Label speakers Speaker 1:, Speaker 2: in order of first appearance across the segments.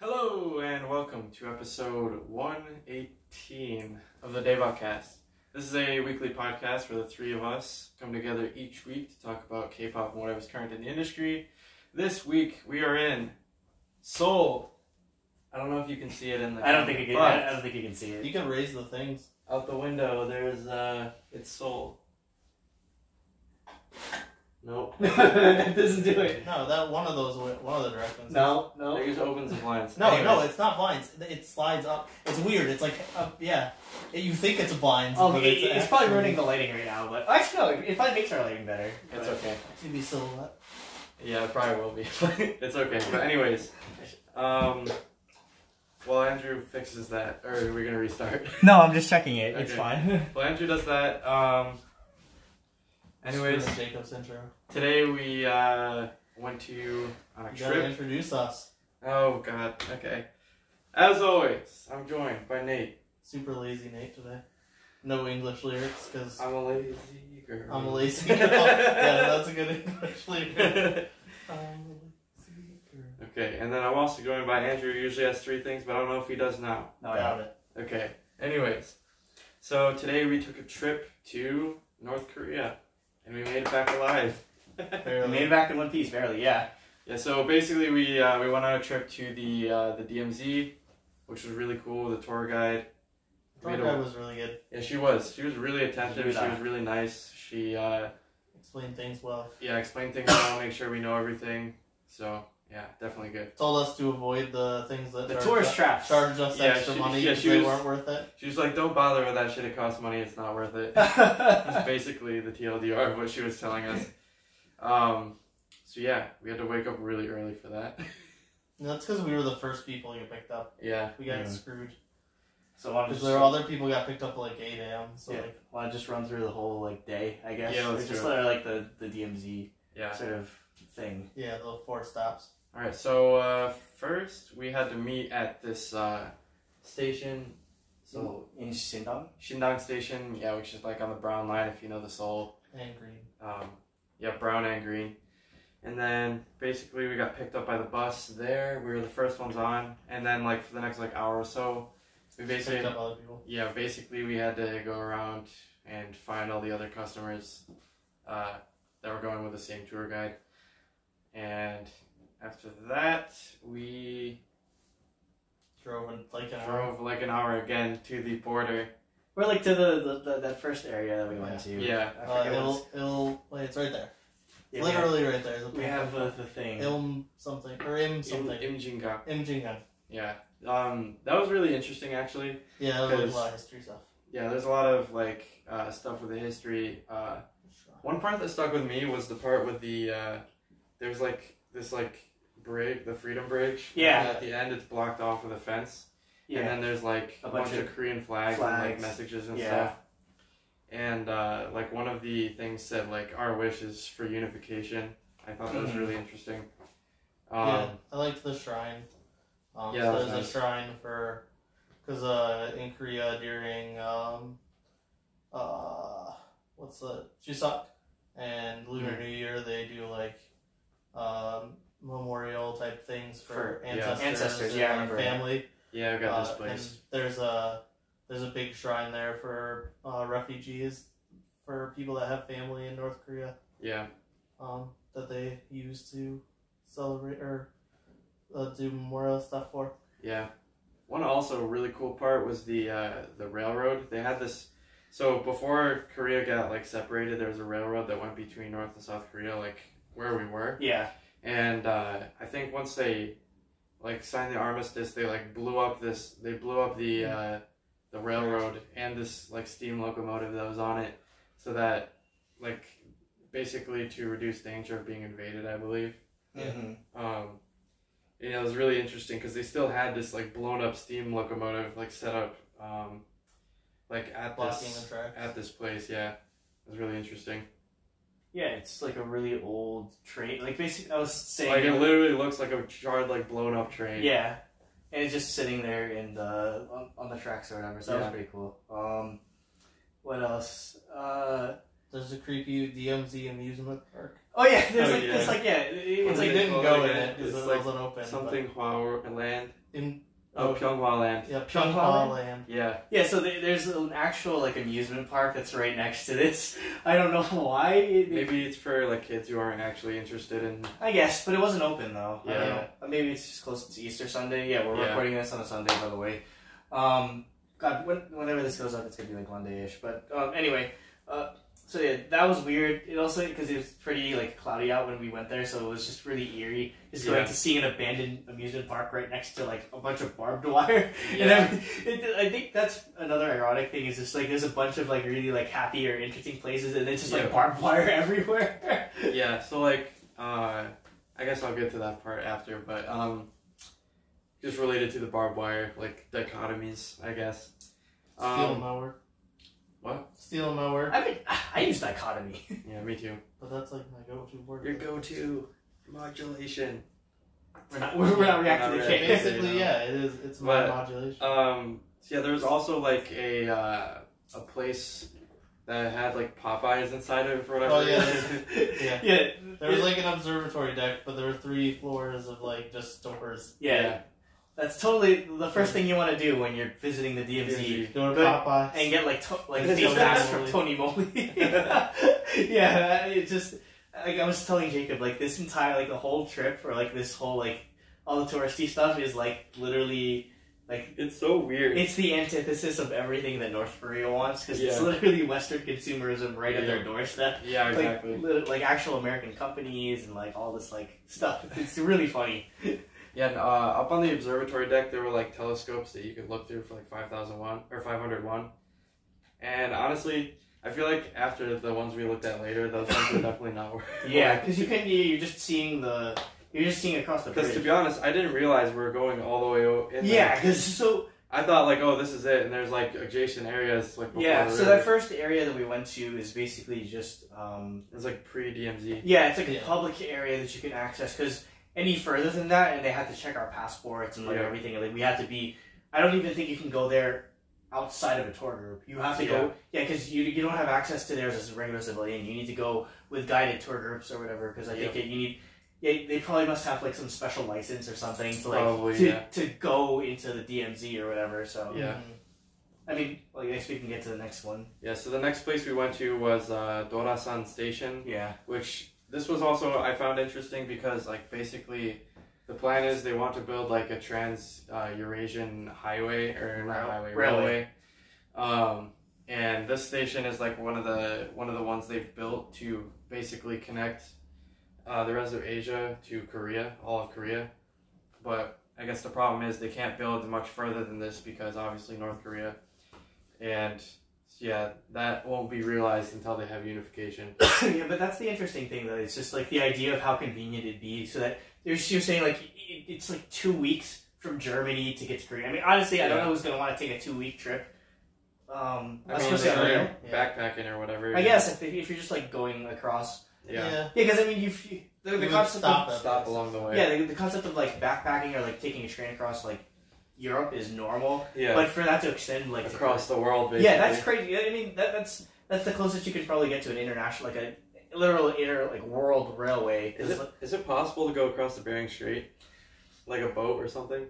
Speaker 1: Hello and welcome to episode 118 of the Daybot Cast. This is a weekly podcast where the three of us come together each week to talk about K-pop and whatever's current in the industry. This week we are in Seoul. I don't know if you can see it in the.
Speaker 2: I don't think you can. I
Speaker 1: but
Speaker 2: don't think you can see it.
Speaker 3: You can raise the things.
Speaker 1: out the window there's uh, it's Seoul. Nope.
Speaker 2: That doesn't do it.
Speaker 3: No, that one of those one of the directions.
Speaker 2: No,
Speaker 1: They just opens the blinds.
Speaker 3: No,
Speaker 1: Anyways.
Speaker 3: no, it's not blinds. It slides up. It's weird. It's like, up, yeah, you think it's blinds.
Speaker 2: Oh,
Speaker 3: but
Speaker 2: it,
Speaker 3: it's,
Speaker 2: it's, probably ruining the lighting right now. But actually, no, it probably makes our lighting better.
Speaker 1: It's
Speaker 2: but-
Speaker 1: okay.
Speaker 3: Maybe silhouette.
Speaker 1: Yeah, it probably will be. it's okay. But anyways, um, while Andrew fixes that, or we're gonna restart.
Speaker 2: No, I'm just checking it. It's
Speaker 1: Okay.
Speaker 2: fine.
Speaker 1: While Andrew does that, um, anyways,
Speaker 3: Screw the Jacob's intro.
Speaker 1: today we uh, went to on a
Speaker 3: You gotta
Speaker 1: trip.
Speaker 3: introduce us.
Speaker 1: Oh God. Okay. As always, I'm joined by Nate.
Speaker 3: Super lazy Nate today. No English lyrics because
Speaker 1: I'm a lazy girl.
Speaker 3: I'm a lazy girl. yeah, that's a good English lyric. I'm a lazy girl.
Speaker 1: okay, and then I'm also joined by Andrew. who Usually has three things, but I don't know if he does now.
Speaker 2: No,
Speaker 3: Doubt
Speaker 2: no.
Speaker 3: it.
Speaker 1: Okay. Anyways, so today we took a trip to North Korea, and we made it back alive.
Speaker 2: We
Speaker 3: Barely.
Speaker 2: made it back in one piece, barely. Yeah.
Speaker 1: yeah. So basically, we uh, we went on a trip to the uh, the DMZ, which was really cool. The tour guide.
Speaker 3: I thought that was really good.
Speaker 1: Yeah, she was. She was really attentive.
Speaker 2: She was,
Speaker 1: She
Speaker 2: uh,
Speaker 1: was really nice. She uh,
Speaker 3: Explained things well.
Speaker 1: yeah explained things well, make sure we know everything. So yeah, definitely good.
Speaker 3: Told us to avoid the things that
Speaker 2: The
Speaker 3: charge
Speaker 2: tourist
Speaker 3: us-
Speaker 2: traps.
Speaker 3: charged us
Speaker 1: Yeah,
Speaker 3: extra
Speaker 1: she-
Speaker 3: money
Speaker 1: yeah,
Speaker 3: 'cause
Speaker 1: she
Speaker 3: they
Speaker 1: was-
Speaker 3: weren't worth it.
Speaker 1: She was like, "Don't bother with that shit. It costs money. It's not worth it." That's basically the TLDR of what she was telling us. Um, so yeah, we had to wake up really early for that.
Speaker 3: And That's because we were the first people to get picked up.
Speaker 1: Yeah.
Speaker 3: We got
Speaker 2: Yeah.
Speaker 3: screwed.
Speaker 2: so I want to
Speaker 3: Because
Speaker 2: just
Speaker 3: there were other people got picked up at like 8 a.m. So
Speaker 2: yeah,
Speaker 3: like,
Speaker 2: want to just run through the whole like day, I guess.
Speaker 1: Yeah, let's
Speaker 2: It's just
Speaker 1: do
Speaker 2: uh, like the the DMZ
Speaker 1: Yeah.
Speaker 2: sort of thing.
Speaker 3: yeah, the four stops.
Speaker 1: All right. So uh, first, we had to meet at this uh, station. So
Speaker 2: So in Shindong.
Speaker 1: Shindong Station, yeah, which is like on the brown line if you know the Seoul.
Speaker 3: And green.
Speaker 1: Um, yeah, brown and green. And then basically we got picked up by the bus there. We were the first ones on, and then like for the next like hour or so, we basically
Speaker 3: Picked up other people.
Speaker 1: Yeah, basically we had to go around and find all the other customers uh, that were going with the same tour guide. And after that, we
Speaker 3: Drove in like an hour.
Speaker 1: drove like an hour again to the border.
Speaker 2: We're like to the, the, the that first area that we went to.
Speaker 1: Yeah.
Speaker 2: I
Speaker 3: Uh,
Speaker 2: forget what it's-
Speaker 3: it'll, it'll, wait, it's right there.
Speaker 2: yeah, we have-
Speaker 3: Literally right there.
Speaker 2: We have uh, the thing.
Speaker 3: Ilm something. Or Im something.
Speaker 1: In, Imjinga.
Speaker 3: Im Jingan.
Speaker 1: Yeah. Um, that was really interesting, actually.
Speaker 3: Yeah, it was like, a lot
Speaker 1: 'Cause-
Speaker 3: of history stuff.
Speaker 1: Yeah, there's a lot of like uh, stuff with the history. Uh,
Speaker 3: Sure.
Speaker 1: One part that stuck with me was the part with the uh, there's like this like bridge, the Freedom Bridge.
Speaker 2: Yeah.
Speaker 1: And at the end, it's blocked off with a fence, and then there's like a, bunch, of, Korean flags, and like
Speaker 2: flags.
Speaker 1: messages and
Speaker 2: Yeah.
Speaker 1: stuff. And uh, like one of the things said like our wish is for unification. I thought that was
Speaker 2: Mhm.
Speaker 1: really interesting.
Speaker 3: yeah,
Speaker 1: Um,
Speaker 3: I liked the shrine. Um,
Speaker 1: Yeah,
Speaker 3: so
Speaker 1: that was
Speaker 3: there's
Speaker 1: nice.
Speaker 3: a shrine for because uh, in Korea during um, uh, what's the Chuseok and Lunar
Speaker 1: Hmm.
Speaker 3: New Year they do like um, memorial type things for,
Speaker 2: For-
Speaker 1: yeah.
Speaker 3: ancestors,
Speaker 2: Ancestors,
Speaker 3: and,
Speaker 2: yeah, I
Speaker 3: like,
Speaker 2: remember that.
Speaker 3: family.
Speaker 1: yeah, I've got
Speaker 3: Uh,
Speaker 1: this place.
Speaker 3: And there's a there's a big shrine there for uh, refugees for people that have family in North Korea
Speaker 1: Yeah,
Speaker 3: um, that they use to celebrate or uh, do memorial stuff for.
Speaker 1: yeah. One also really cool part was the uh, the railroad. They had this. So before Korea got like separated, there was a railroad that went between North and South Korea, like where we were.
Speaker 2: Yeah.
Speaker 1: And uh, I think once they like signed the armistice, they like blew up this. They blew up the
Speaker 3: Mm-hmm.
Speaker 1: uh, the railroad and this like steam locomotive that was on it, so that like basically to reduce danger of being invaded, I believe.
Speaker 2: Mhm.
Speaker 1: Um, you know, it was really interesting because they still had this like blown up steam locomotive like set up, um, like at
Speaker 3: Blocking
Speaker 1: this
Speaker 3: the tracks.
Speaker 1: at this place. Yeah, it was really interesting.
Speaker 2: Yeah, it's like a really old train. Like basically, I was saying.
Speaker 1: Like it literally looks like a charred like blown up train.
Speaker 2: yeah, and it's just sitting there in the on, on the tracks or whatever. So that
Speaker 1: Yeah.
Speaker 2: was pretty cool. Um, what else? Uh,
Speaker 4: There's a creepy DMZ amusement park.
Speaker 2: Oh yeah, there's
Speaker 1: Oh,
Speaker 2: like
Speaker 1: yeah.
Speaker 2: it's like yeah, it-
Speaker 4: I
Speaker 1: What do
Speaker 2: it's like
Speaker 1: they
Speaker 4: didn't
Speaker 1: call
Speaker 4: go
Speaker 1: it
Speaker 4: in
Speaker 1: again?
Speaker 4: it because
Speaker 1: It's
Speaker 4: it
Speaker 1: like
Speaker 4: wasn't open.
Speaker 1: Something Hua Land.
Speaker 4: But in
Speaker 1: Oh, Pyonghua Land.
Speaker 4: yeah,
Speaker 2: Pyonghua
Speaker 4: Pyonghua
Speaker 2: Land?
Speaker 4: Land.
Speaker 1: Yeah.
Speaker 2: yeah. So there- there's an actual like amusement park that's right next to this. I don't know why. It,
Speaker 1: Maybe it's for like kids who aren't actually interested in.
Speaker 2: I guess, but it wasn't open though. I don't
Speaker 1: Yeah.
Speaker 2: know. But Maybe it's just close to Easter Sunday. Yeah, we're
Speaker 1: Yeah.
Speaker 2: recording this on a Sunday, by the way. Um, God, when, whenever this goes up, it's gonna be like Monday-ish. But um, anyway, uh, so yeah, that was weird. It also because it was pretty like cloudy out when we went there, so it was just really eerie. Just going
Speaker 1: Yeah.
Speaker 2: to see an abandoned amusement park right next to like a bunch of barbed wire. And
Speaker 1: Yeah.
Speaker 2: I, it, I think that's another ironic thing is just like there's a bunch of like really like happy or interesting places, and it's just
Speaker 1: Yeah.
Speaker 2: like barbed wire everywhere.
Speaker 1: yeah. So like, uh, I guess I'll get to that part after, but um, just related to the barbed wire, like dichotomies, I guess.
Speaker 4: Steal
Speaker 1: Um,
Speaker 4: my word.
Speaker 1: what?
Speaker 4: Steal my word.
Speaker 2: I mean, I use dichotomy.
Speaker 1: yeah, me too.
Speaker 4: But that's like my go-to word.
Speaker 1: Your go-to modulation.
Speaker 2: We're not, we're, we're not reacting to
Speaker 1: Not
Speaker 2: the
Speaker 1: really.
Speaker 2: case.
Speaker 4: Basically, yeah, it is. It's my
Speaker 1: But-
Speaker 4: modulation.
Speaker 1: Um, so yeah, there was also like a uh, a place that had like Popeyes inside of it or whatever.
Speaker 4: Oh, yeah.
Speaker 2: yeah.
Speaker 4: Yeah.
Speaker 2: Yeah.
Speaker 4: There was like an observatory deck, but there were three floors of like just stores.
Speaker 2: That's totally the first thing you want to do when you're visiting the DMZ.
Speaker 4: Go to
Speaker 2: Good.
Speaker 4: Popeyes.
Speaker 2: And get like to- like
Speaker 4: Tony
Speaker 2: face masks from
Speaker 4: Moly.
Speaker 2: Tony Moly. yeah, it just like I was telling Jacob, like this entire like the whole trip or like this whole like all the touristy stuff is like literally like
Speaker 1: It's so weird.
Speaker 2: It's the antithesis of everything that North Korea wants because it's
Speaker 1: Yeah.
Speaker 2: literally Western consumerism right at their doorstep.
Speaker 1: yeah, exactly.
Speaker 2: Like, lit- like actual American companies and like all this like stuff. It's really funny.
Speaker 1: Yeah, and, uh, up on the observatory deck, there were like telescopes that you could look through for like 5,001 or 501. And honestly, I feel like after the ones we looked at later, those ones were definitely not worth
Speaker 2: Yeah, because you can you're just seeing the you're just seeing across the
Speaker 1: Because to
Speaker 2: bridge.
Speaker 1: be honest, I didn't realize we were going all the way o- in. there.
Speaker 2: Yeah, because so
Speaker 1: I thought like, oh, this is it, and there's like adjacent areas like. Before
Speaker 2: yeah,
Speaker 1: the
Speaker 2: so
Speaker 1: river.
Speaker 2: that first area that we went to is basically just um
Speaker 1: it's like pre DMZ.
Speaker 2: yeah, it's like a
Speaker 4: Yeah.
Speaker 2: public area that you can access because any further than that, and they had to check our passports and like
Speaker 1: Yeah.
Speaker 2: everything. Like we had to be. I don't even think you can go there outside of a tour group. You have to go, yeah, because you, you don't have access to theirs as a regular civilian. You need to go with guided tour groups or whatever. Because I think you need. Yeah, they probably must have like some special license or something to like
Speaker 1: Probably,
Speaker 2: to,
Speaker 1: yeah.
Speaker 2: to go into the DMZ or whatever. So
Speaker 1: Yeah.
Speaker 4: Mhm.
Speaker 2: I mean, well, I guess we can get to the next one.
Speaker 1: Yeah. So the next place we went to was uh, Dorasan Station.
Speaker 2: Yeah,
Speaker 1: which this was also I found interesting because like basically the plan is they want to build like a trans uh, Eurasian highway or not
Speaker 2: Rail-
Speaker 1: highway
Speaker 2: railway.
Speaker 1: railway, um, and this station is like one of the one of the ones they've built to basically connect uh, the rest of Asia to Korea, all of Korea, but I guess the problem is they can't build much further than this because obviously North Korea, and yeah, that won't be realized until they have unification.
Speaker 2: yeah, but that's the interesting thing, though. It's just like the idea of how convenient it'd be, so that there's she was saying like it, it's like two weeks from Germany to get to Korea. I mean, honestly, I don't
Speaker 1: Yeah.
Speaker 2: know who's gonna want to take a two week trip. Um,
Speaker 1: I mean,
Speaker 2: especially
Speaker 1: if
Speaker 2: on
Speaker 1: you're
Speaker 2: rail.
Speaker 4: Yeah.
Speaker 1: backpacking or whatever.
Speaker 2: I guess if, if you're just like going across,
Speaker 1: Yeah.
Speaker 2: yeah, because I mean, you've, you the,
Speaker 4: You
Speaker 2: the
Speaker 4: would
Speaker 2: concept
Speaker 4: stop
Speaker 2: of,
Speaker 4: at
Speaker 1: Stop
Speaker 4: places.
Speaker 1: along the way.
Speaker 2: yeah the, the concept of like backpacking or like taking a train across like Europe is normal,
Speaker 1: Yeah.
Speaker 2: but for that to extend like to
Speaker 1: Across the world, basically.
Speaker 2: yeah, that's crazy. I mean, that, that's that's the closest you could probably get to an international, like a literal inter like world railway. 'Cause,
Speaker 1: Is it, is it possible to go across the Bering Strait, like a boat or something?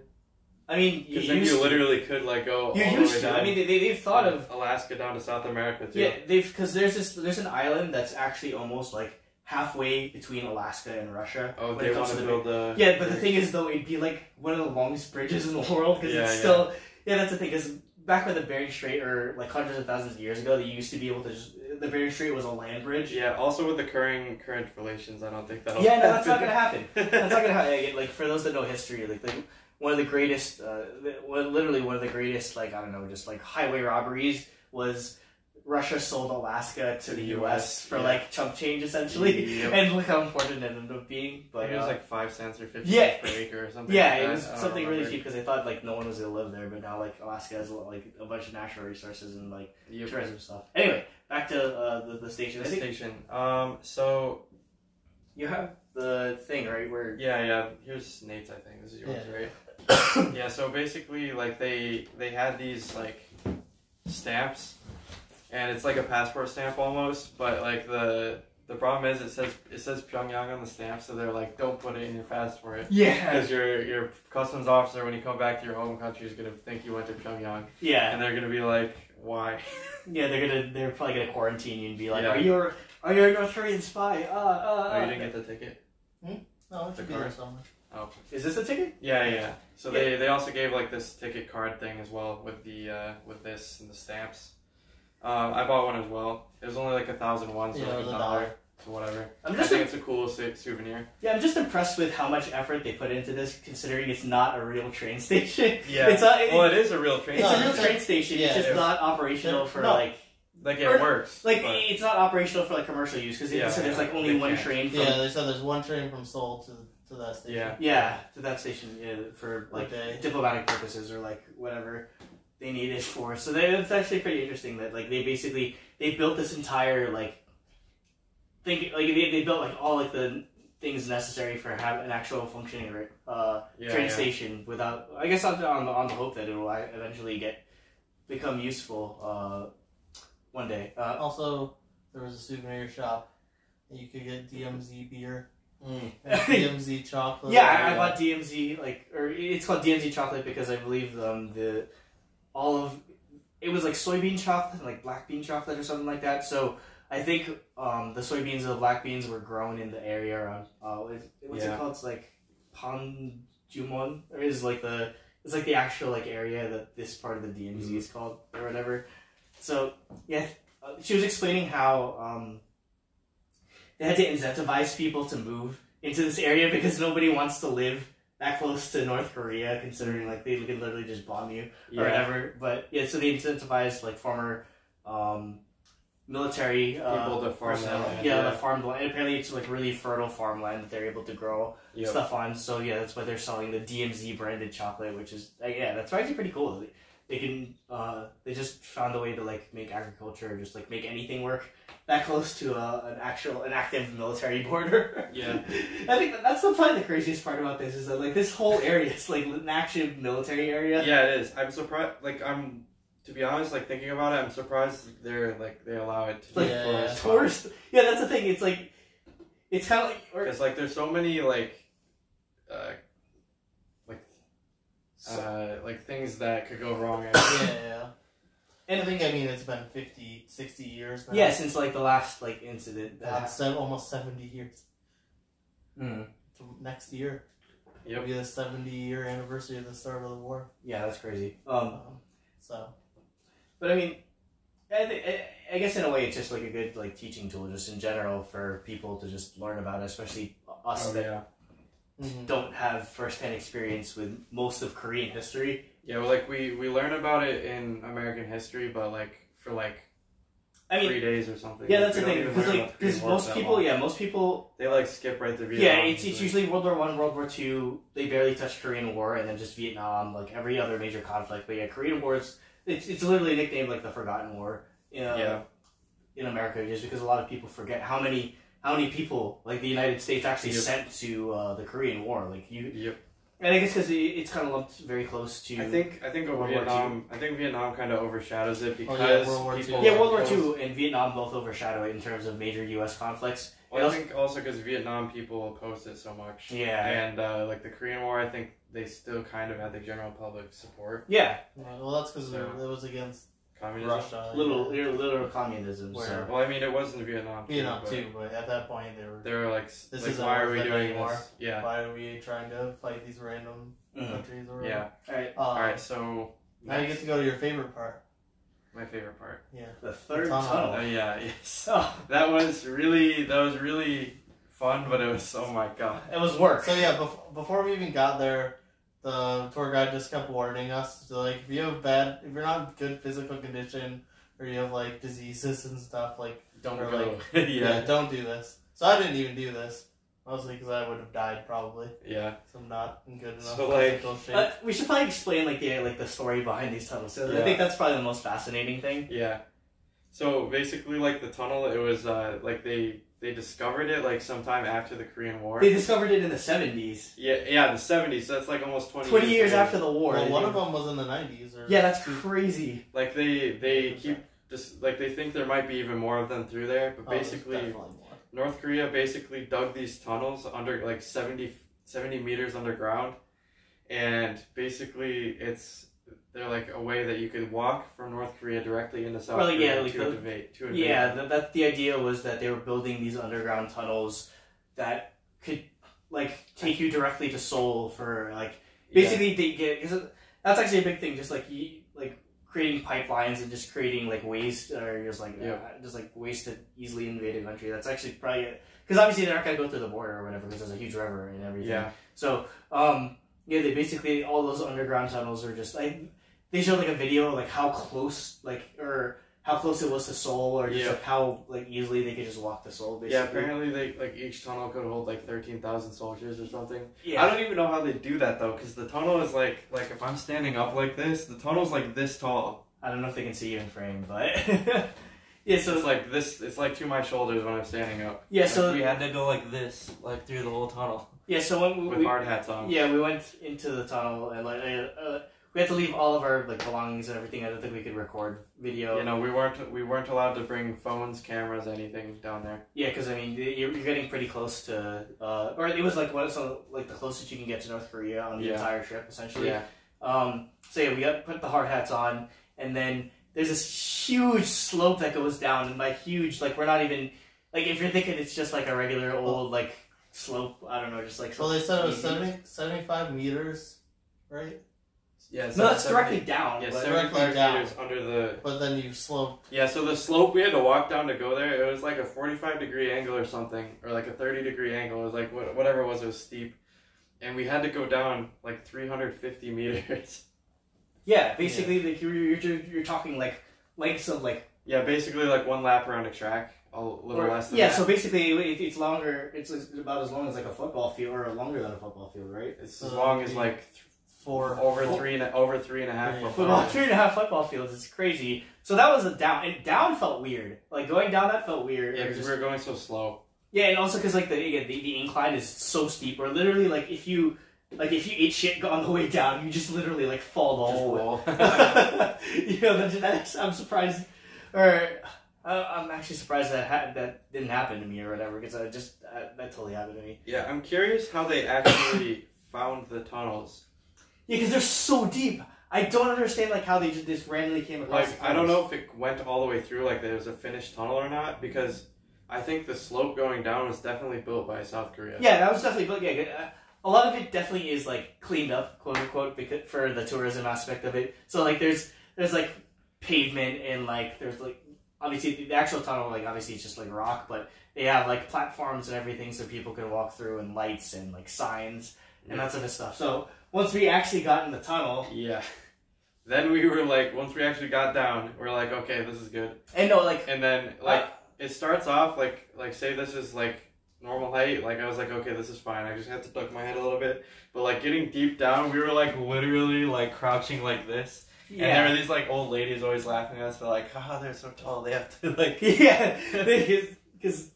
Speaker 2: I mean, you
Speaker 1: Because then
Speaker 2: used
Speaker 1: you
Speaker 2: to.
Speaker 1: literally could like go.
Speaker 2: You
Speaker 1: all
Speaker 2: used
Speaker 1: the way
Speaker 2: to.
Speaker 1: Down
Speaker 2: I mean, they, they, they've thought of
Speaker 1: from Alaska down to South America too.
Speaker 2: yeah, they've because there's this there's an island that's actually almost like halfway between Alaska and Russia.
Speaker 1: Oh,
Speaker 2: when
Speaker 1: they
Speaker 2: it comes
Speaker 1: want to
Speaker 2: the-
Speaker 1: build the.
Speaker 2: Yeah, but the thing is though, it'd be like one of the longest bridges in the world because
Speaker 1: Yeah,
Speaker 2: it's
Speaker 1: yeah.
Speaker 2: still yeah. That's the thing because back when the Bering Strait or like hundreds of thousands of years ago, they used to be able to just the Bering Strait was a land bridge.
Speaker 1: Yeah. Also with the current current relations, I don't think that'll.
Speaker 2: Yeah, no, that's not gonna
Speaker 1: happen.
Speaker 2: happen. That's not gonna happen. Like, Like for those that know history, like, like one of the greatest, uh, the- one, literally one of the greatest, like I don't know, just like highway robberies was Russia sold Alaska to the U.S. for
Speaker 1: yeah.
Speaker 2: like chump change essentially,
Speaker 1: Yep.
Speaker 2: and look how important it ended up being.
Speaker 1: I think
Speaker 2: But
Speaker 1: it was
Speaker 2: uh,
Speaker 1: like five cents or fifty
Speaker 2: Yeah.
Speaker 1: cents per acre or something.
Speaker 2: yeah,
Speaker 1: like
Speaker 2: it
Speaker 1: that.
Speaker 2: was
Speaker 1: I don't
Speaker 2: something really
Speaker 1: remember.
Speaker 2: cheap because they thought like no one was gonna live there, but now like Alaska has like a bunch of natural resources and like
Speaker 1: Yep.
Speaker 2: tourism stuff. Anyway, back to uh, the, the station. I think
Speaker 1: Station. Um. So
Speaker 2: you have the thing right where
Speaker 1: yeah, yeah. Here's Nate's. I think this is yours,
Speaker 4: Yeah.
Speaker 1: right? yeah so basically like they they had these like stamps and it's like a passport stamp almost. But like the the problem is it says it says Pyongyang on the stamp, so they're like, don't put it in your passport.
Speaker 2: Yeah.
Speaker 1: Because your your customs officer, when you come back to your home country, is gonna think you went to Pyongyang,
Speaker 2: Yeah.
Speaker 1: and they're gonna be like, "Why?"
Speaker 2: Yeah, they're gonna they're probably gonna quarantine you and be like,
Speaker 1: Yeah.
Speaker 2: Are you a, are you a North Korean spy? Uh uh,
Speaker 1: Oh,
Speaker 2: uh.
Speaker 1: you didn't get the ticket.
Speaker 4: No, it should be
Speaker 1: The
Speaker 4: there
Speaker 1: car.
Speaker 4: somewhere.
Speaker 1: Oh,
Speaker 2: Is this the ticket?
Speaker 1: yeah, yeah. So they they also gave like this ticket card thing as well with the uh, with this and the stamps. Um, I bought one as well. It was only like a thousand won, so
Speaker 4: Yeah, it
Speaker 1: like
Speaker 4: was
Speaker 1: a
Speaker 4: a
Speaker 1: dollar, so whatever.
Speaker 2: I'm
Speaker 1: I
Speaker 2: just
Speaker 1: think it's a cool su- souvenir.
Speaker 2: yeah, I'm just impressed with how much effort they put into this, considering it's not a real train station.
Speaker 1: Yeah.
Speaker 2: It's a it-
Speaker 1: well, it is a real train.
Speaker 2: it's
Speaker 4: No,
Speaker 2: a real
Speaker 4: it's a-
Speaker 1: station.
Speaker 2: train station.
Speaker 4: yeah,
Speaker 2: it's just
Speaker 1: it-
Speaker 2: not operational for
Speaker 4: no.
Speaker 2: like
Speaker 1: like it
Speaker 2: or-
Speaker 1: works.
Speaker 2: like
Speaker 1: but-
Speaker 2: it's not operational for like commercial use because
Speaker 1: Yeah,
Speaker 2: they said there's like only
Speaker 1: they
Speaker 2: one
Speaker 1: can't.
Speaker 2: train from
Speaker 4: Yeah, they said there's one train from Seoul to to that station.
Speaker 1: yeah,
Speaker 2: Yeah, to that station yeah, for like
Speaker 4: Okay.
Speaker 2: diplomatic purposes or like whatever they need it for. So they, it's actually pretty interesting that like they basically they built this entire like thing like they, they built like all like the things necessary for have an actual functioning uh,
Speaker 1: yeah,
Speaker 2: train
Speaker 1: yeah.
Speaker 2: station without I guess on the, on the on the hope that it will uh, eventually get become useful uh, one day. Uh,
Speaker 4: Also, there was a souvenir shop. that You could get DMZ beer
Speaker 1: Mm.
Speaker 4: and DMZ chocolate.
Speaker 2: Yeah, I, I bought DMZ like, or it's called DMZ chocolate because I believe um the all of it was like soybean chocolate and like black bean chocolate or something like that. So I think um the soybeans and the black beans were grown in the area around uh what is- what's
Speaker 1: Yeah.
Speaker 2: it called? It's like Panjumon or is like the it's like the actual like area that this part of the DMZ is called or whatever. So yeah, uh, she was explaining how um they had to incentivize people to move into this area because nobody wants to live that close to North Korea, considering like they could literally just bomb you or
Speaker 1: Yeah.
Speaker 2: whatever. But yeah, so they incentivized like former um, military uh,
Speaker 1: People to farm
Speaker 2: personnel.
Speaker 1: that land,
Speaker 2: Yeah,
Speaker 1: yeah.
Speaker 2: the farmland. Apparently, it's like really fertile farmland that they're able to grow
Speaker 1: Yep.
Speaker 2: stuff on. So yeah, that's why they're selling the DMZ branded chocolate, which is like, yeah, that's actually pretty cool. They- They can uh, they just found a way to like make agriculture just like make anything work that close to uh, an actual an active military border.
Speaker 1: Yeah.
Speaker 2: I think that- that's the probably the craziest part about this is that like this whole area is like an active military area.
Speaker 1: Yeah, it is. I'm surprised. Like I'm, to be honest, like thinking about it, I'm surprised they're like they allow it to
Speaker 2: Like,
Speaker 1: be
Speaker 4: Yeah,
Speaker 1: tourist spot.
Speaker 2: tourist. Yeah, that's the thing. It's like it's kind of like or,
Speaker 1: Because like there's so many like, uh, like, uh, like things that could go wrong.
Speaker 4: Yeah,
Speaker 1: And,
Speaker 4: yeah. And I
Speaker 2: and
Speaker 4: think I mean it's been 50, 60 years now.
Speaker 2: yeah, since like the last like incident that
Speaker 4: That's se- almost seventy years.
Speaker 2: happened.
Speaker 4: From next year, it'll
Speaker 1: Mm. yep.
Speaker 4: be the seventy year anniversary of the start of the war.
Speaker 2: Yeah, that's crazy. Um,
Speaker 4: Um, so
Speaker 2: but I mean, I, th- I, I guess in a way it's just like a good like teaching tool, just in general for people to just learn about, it, especially us
Speaker 1: Oh,
Speaker 2: that
Speaker 1: yeah.
Speaker 4: mhm.
Speaker 2: don't have firsthand experience with most of Korean history.
Speaker 1: Yeah. Well, like we we learn about it in American history, but like for like
Speaker 2: I mean,
Speaker 1: three days or something.
Speaker 2: yeah, that's
Speaker 1: We
Speaker 2: the
Speaker 1: don't
Speaker 2: thing
Speaker 1: even
Speaker 2: because
Speaker 1: learn
Speaker 2: like
Speaker 1: about the Korean
Speaker 2: because
Speaker 1: War
Speaker 2: most
Speaker 1: that
Speaker 2: people,
Speaker 1: long.
Speaker 2: yeah, most people
Speaker 1: they like skip right to Vietnam.
Speaker 2: Yeah, it's, it's usually World War One, World War Two. They barely touch Korean War, and then just Vietnam, like every other major conflict. But yeah, Korean War is it's, it's literally nicknamed like the Forgotten War. In, uh,
Speaker 1: Yeah.
Speaker 2: in America, just because a lot of people forget how many how many people like the United States actually
Speaker 1: Yep.
Speaker 2: sent to uh, the Korean War. Like you,
Speaker 1: Yep.
Speaker 2: and I guess because it, it's kind of lumped very close to
Speaker 1: I think I think
Speaker 2: World War
Speaker 1: Vietnam. I think Vietnam kind of overshadows it
Speaker 4: Oh,
Speaker 1: because
Speaker 4: yeah, World War
Speaker 1: people.
Speaker 4: Two.
Speaker 2: yeah, World War
Speaker 1: because-
Speaker 2: Two and Vietnam both overshadow it in terms of major U.S. conflicts.
Speaker 1: Well, I think also because Vietnam people opposed it so much.
Speaker 2: Yeah,
Speaker 1: And uh, like the Korean War, I think they still kind of had the general public support.
Speaker 2: yeah,
Speaker 4: well, that's because
Speaker 1: So-
Speaker 4: it was against
Speaker 1: Communism.
Speaker 4: Russia.
Speaker 2: little little communism.
Speaker 4: Where-
Speaker 2: so.
Speaker 1: Well, I mean, it was in Vietnam. Too,
Speaker 4: Vietnam
Speaker 1: but
Speaker 4: too, but at that point they were.
Speaker 1: They were like,
Speaker 4: This
Speaker 1: like
Speaker 4: isn't
Speaker 1: why are
Speaker 4: worth
Speaker 1: we
Speaker 4: it
Speaker 1: doing
Speaker 4: anymore.
Speaker 1: this? Yeah. Mm-hmm.
Speaker 4: Why are we trying to fight these random
Speaker 2: Mhm.
Speaker 4: countries or
Speaker 1: Yeah.
Speaker 4: whatever?
Speaker 2: All right,
Speaker 4: Um,
Speaker 1: All right. So
Speaker 4: Now you get to go to your favorite part.
Speaker 1: my favorite part.
Speaker 4: Yeah.
Speaker 2: the third
Speaker 4: Tunnel.
Speaker 2: tunnel.
Speaker 1: Oh yeah. Yes.
Speaker 2: Oh,
Speaker 1: That was really. That was really fun, but it was. Oh my god.
Speaker 2: it was work.
Speaker 4: So yeah, bef- before we even got there, the tour guide just kept warning us to like, if you have bad, if you're not in good physical condition, or you have like diseases and stuff, like
Speaker 1: Don't
Speaker 4: Or
Speaker 1: go. yeah.
Speaker 4: don't do this. So I didn't even do this mostly because I would have died probably.
Speaker 1: Yeah.
Speaker 4: So I'm not in good enough
Speaker 1: So, like,
Speaker 4: physical shape.
Speaker 2: Uh, we should probably explain like the like the story behind these tunnels. So I
Speaker 1: Yeah.
Speaker 2: think that's probably the most fascinating thing.
Speaker 1: Yeah. So basically, like the tunnel, it was uh, like they they discovered it like sometime after the Korean War.
Speaker 2: They discovered it in the seventies,
Speaker 1: Yeah, yeah, the seventies. So that's like almost twenty.
Speaker 2: twenty years
Speaker 1: later.
Speaker 2: after the war.
Speaker 4: well,
Speaker 2: They-
Speaker 4: one of them was in the 90s. Or
Speaker 2: Yeah, that's crazy.
Speaker 1: Like they they keep just like they think there might be even more of them through there, but
Speaker 4: Oh, there's
Speaker 1: basically
Speaker 4: definitely more.
Speaker 1: North Korea basically dug these tunnels under like 70, 70 meters underground. And basically, it's they're like a way that you could walk from North Korea directly into South
Speaker 2: Well,
Speaker 1: Korea
Speaker 2: yeah, like
Speaker 1: to,
Speaker 2: the-
Speaker 1: invade, to invade.
Speaker 2: Yeah, that, that the idea was that they were building these underground tunnels that could like take you directly to Seoul for like basically they get cause that's actually a big thing. Just like you, like creating pipelines and just creating like ways or just like
Speaker 1: Yeah.
Speaker 2: uh, just like ways to easily invade a country. That's actually probably because obviously they're not gonna go through the border or whatever because there's a huge river and everything.
Speaker 1: Yeah.
Speaker 2: So, um, yeah, they basically all those underground tunnels are just like they showed like a video of, like how close like or how close it was to Seoul or just
Speaker 1: Yeah.
Speaker 2: like how like easily they could just walk to Seoul. Basically.
Speaker 1: Yeah, apparently they like each tunnel could hold like thirteen thousand soldiers or something.
Speaker 2: Yeah.
Speaker 1: I don't even know how they do that though, because the tunnel is like like if I'm standing up like this, the tunnel's like this tall.
Speaker 2: I don't know if they can see you in frame, but yeah.
Speaker 1: So it's
Speaker 2: So
Speaker 1: like this, it's like to my shoulders when I'm standing up.
Speaker 2: yeah.
Speaker 4: Like,
Speaker 2: So
Speaker 4: we had to go like this, like through the whole tunnel.
Speaker 2: yeah. So when we,
Speaker 1: with hard hats on.
Speaker 2: yeah we went into the tunnel and like uh, uh, we had to leave all of our like belongings and everything. I don't think we could record video.
Speaker 1: You know, we weren't we weren't allowed to bring phones, cameras, anything down there.
Speaker 2: Yeah, because I mean, you're, you're getting pretty close to, uh, or it was like one of some like the closest you can get to North Korea on the
Speaker 1: Yeah.
Speaker 2: entire trip, essentially.
Speaker 1: Yeah,
Speaker 2: Um, so yeah, we got put the hard hats on, and then there's this huge slope that goes down, and by huge, like we're not even like if you're thinking it's just like a regular old like slope, I don't know, just like
Speaker 4: Well, they said it was
Speaker 2: something easy.
Speaker 4: 70, 75 meters, right?
Speaker 1: yeah.
Speaker 2: No, that's directly down.
Speaker 1: Yeah,
Speaker 2: but-
Speaker 4: Directly
Speaker 1: seventy-five
Speaker 4: down.
Speaker 1: meters under the.
Speaker 4: But then you slope.
Speaker 1: Yeah, so the slope we had to walk down to go there, it was like a forty-five degree angle or something, or like a thirty degree angle. It was like what, whatever it was, it was steep, and we had to go down like three hundred fifty meters.
Speaker 2: yeah, basically, like you're, you're you're you're talking like lengths of like.
Speaker 1: Yeah, basically like one lap around a track, a little
Speaker 2: or-
Speaker 1: less than
Speaker 2: yeah,
Speaker 1: that.
Speaker 2: so basically it, it's longer. It's about as long as like a football field, or longer than a football field, right?
Speaker 1: it's as long as like th-
Speaker 4: Four
Speaker 1: over
Speaker 4: four-
Speaker 1: three and a, over three and a half.
Speaker 4: Yeah.
Speaker 2: Football,
Speaker 1: football.
Speaker 2: three and a half football fields is crazy. So that was a down, and down felt weird. Like going down, that felt weird.
Speaker 1: Yeah,
Speaker 2: Or
Speaker 1: because
Speaker 2: just-
Speaker 1: we were going so slow.
Speaker 2: yeah, and also because like the, yeah, the the incline is so steep, or literally like if you like if you ate shit on the way down, you just literally like fall the whole way. you know, that, that's, I'm surprised, or I, I'm actually surprised that ha- that didn't happen to me or whatever. Because I just uh that totally happened to me.
Speaker 1: yeah, I'm curious how they actually found the tunnels.
Speaker 2: Yeah, because they're so deep. I don't understand like how they just, just randomly came across.
Speaker 1: Like
Speaker 2: the
Speaker 1: I don't
Speaker 2: tunnels.
Speaker 1: know if it went all the way through, like there was a finished tunnel or not, because I think the slope going down was definitely built by South Korea.
Speaker 2: Yeah, that was definitely, but yeah, uh, a lot of it definitely is like cleaned up, quote unquote, because for the tourism aspect of it. So like, there's there's like pavement and like there's like obviously the- the actual tunnel, like obviously it's just like rock, but they have like platforms and everything so people can walk through and lights and like signs and that sort of stuff. So once we actually got in the tunnel,
Speaker 1: Yeah. Then we were like, once we actually got down, we're like, okay, this is good.
Speaker 2: and no, like uh,
Speaker 1: And then like it starts off like like say this is like normal height like i was like okay this is fine i just had to duck my head a little bit but like getting deep down we were like literally like crouching like this and there
Speaker 2: yeah.
Speaker 1: were these like old ladies always laughing at us they're like haha they're so tall they have to like
Speaker 2: yeah, because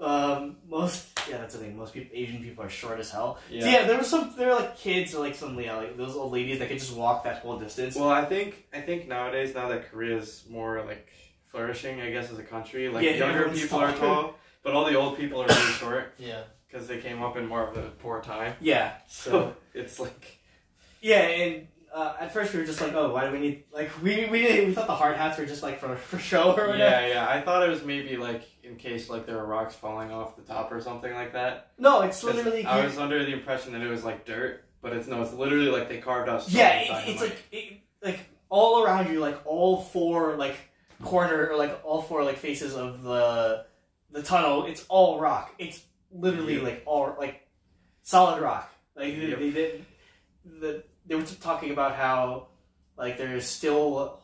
Speaker 2: um, most yeah, that's the thing. Most people, Asian people, are short as hell. Yeah.
Speaker 1: yeah
Speaker 2: there were some. There were like kids or like some yeah, like those old ladies that could just walk that whole distance.
Speaker 1: well i think i think nowadays now that korea's more like flourishing i guess as a country like
Speaker 2: Yeah,
Speaker 1: younger
Speaker 2: everyone's
Speaker 1: people are
Speaker 2: taller.
Speaker 1: tall but all the old people are really short
Speaker 4: Yeah.
Speaker 1: because they came up in more of a poor time
Speaker 2: yeah,
Speaker 1: so it's like
Speaker 2: yeah, and uh, at first we were just like, oh, why do we need like we we didn't, we thought the hard hats were just like for for show or whatever.
Speaker 1: Yeah, yeah. I thought it was maybe like in case like there were rocks falling off the top or something like that.
Speaker 2: No, it's
Speaker 1: 'Cause
Speaker 2: literally
Speaker 1: I was under the impression that it was like dirt, but it's no. It's literally like they carved out. stone
Speaker 2: yeah,
Speaker 1: and
Speaker 2: it, it's like
Speaker 1: dynamite.
Speaker 2: it, like all around you, like all four like corner or like all four like faces of the the tunnel. It's all rock. It's literally
Speaker 1: Yeah.
Speaker 2: like all like solid rock. Like they,
Speaker 1: Yep.
Speaker 2: they, they, the, they were talking about how like there's still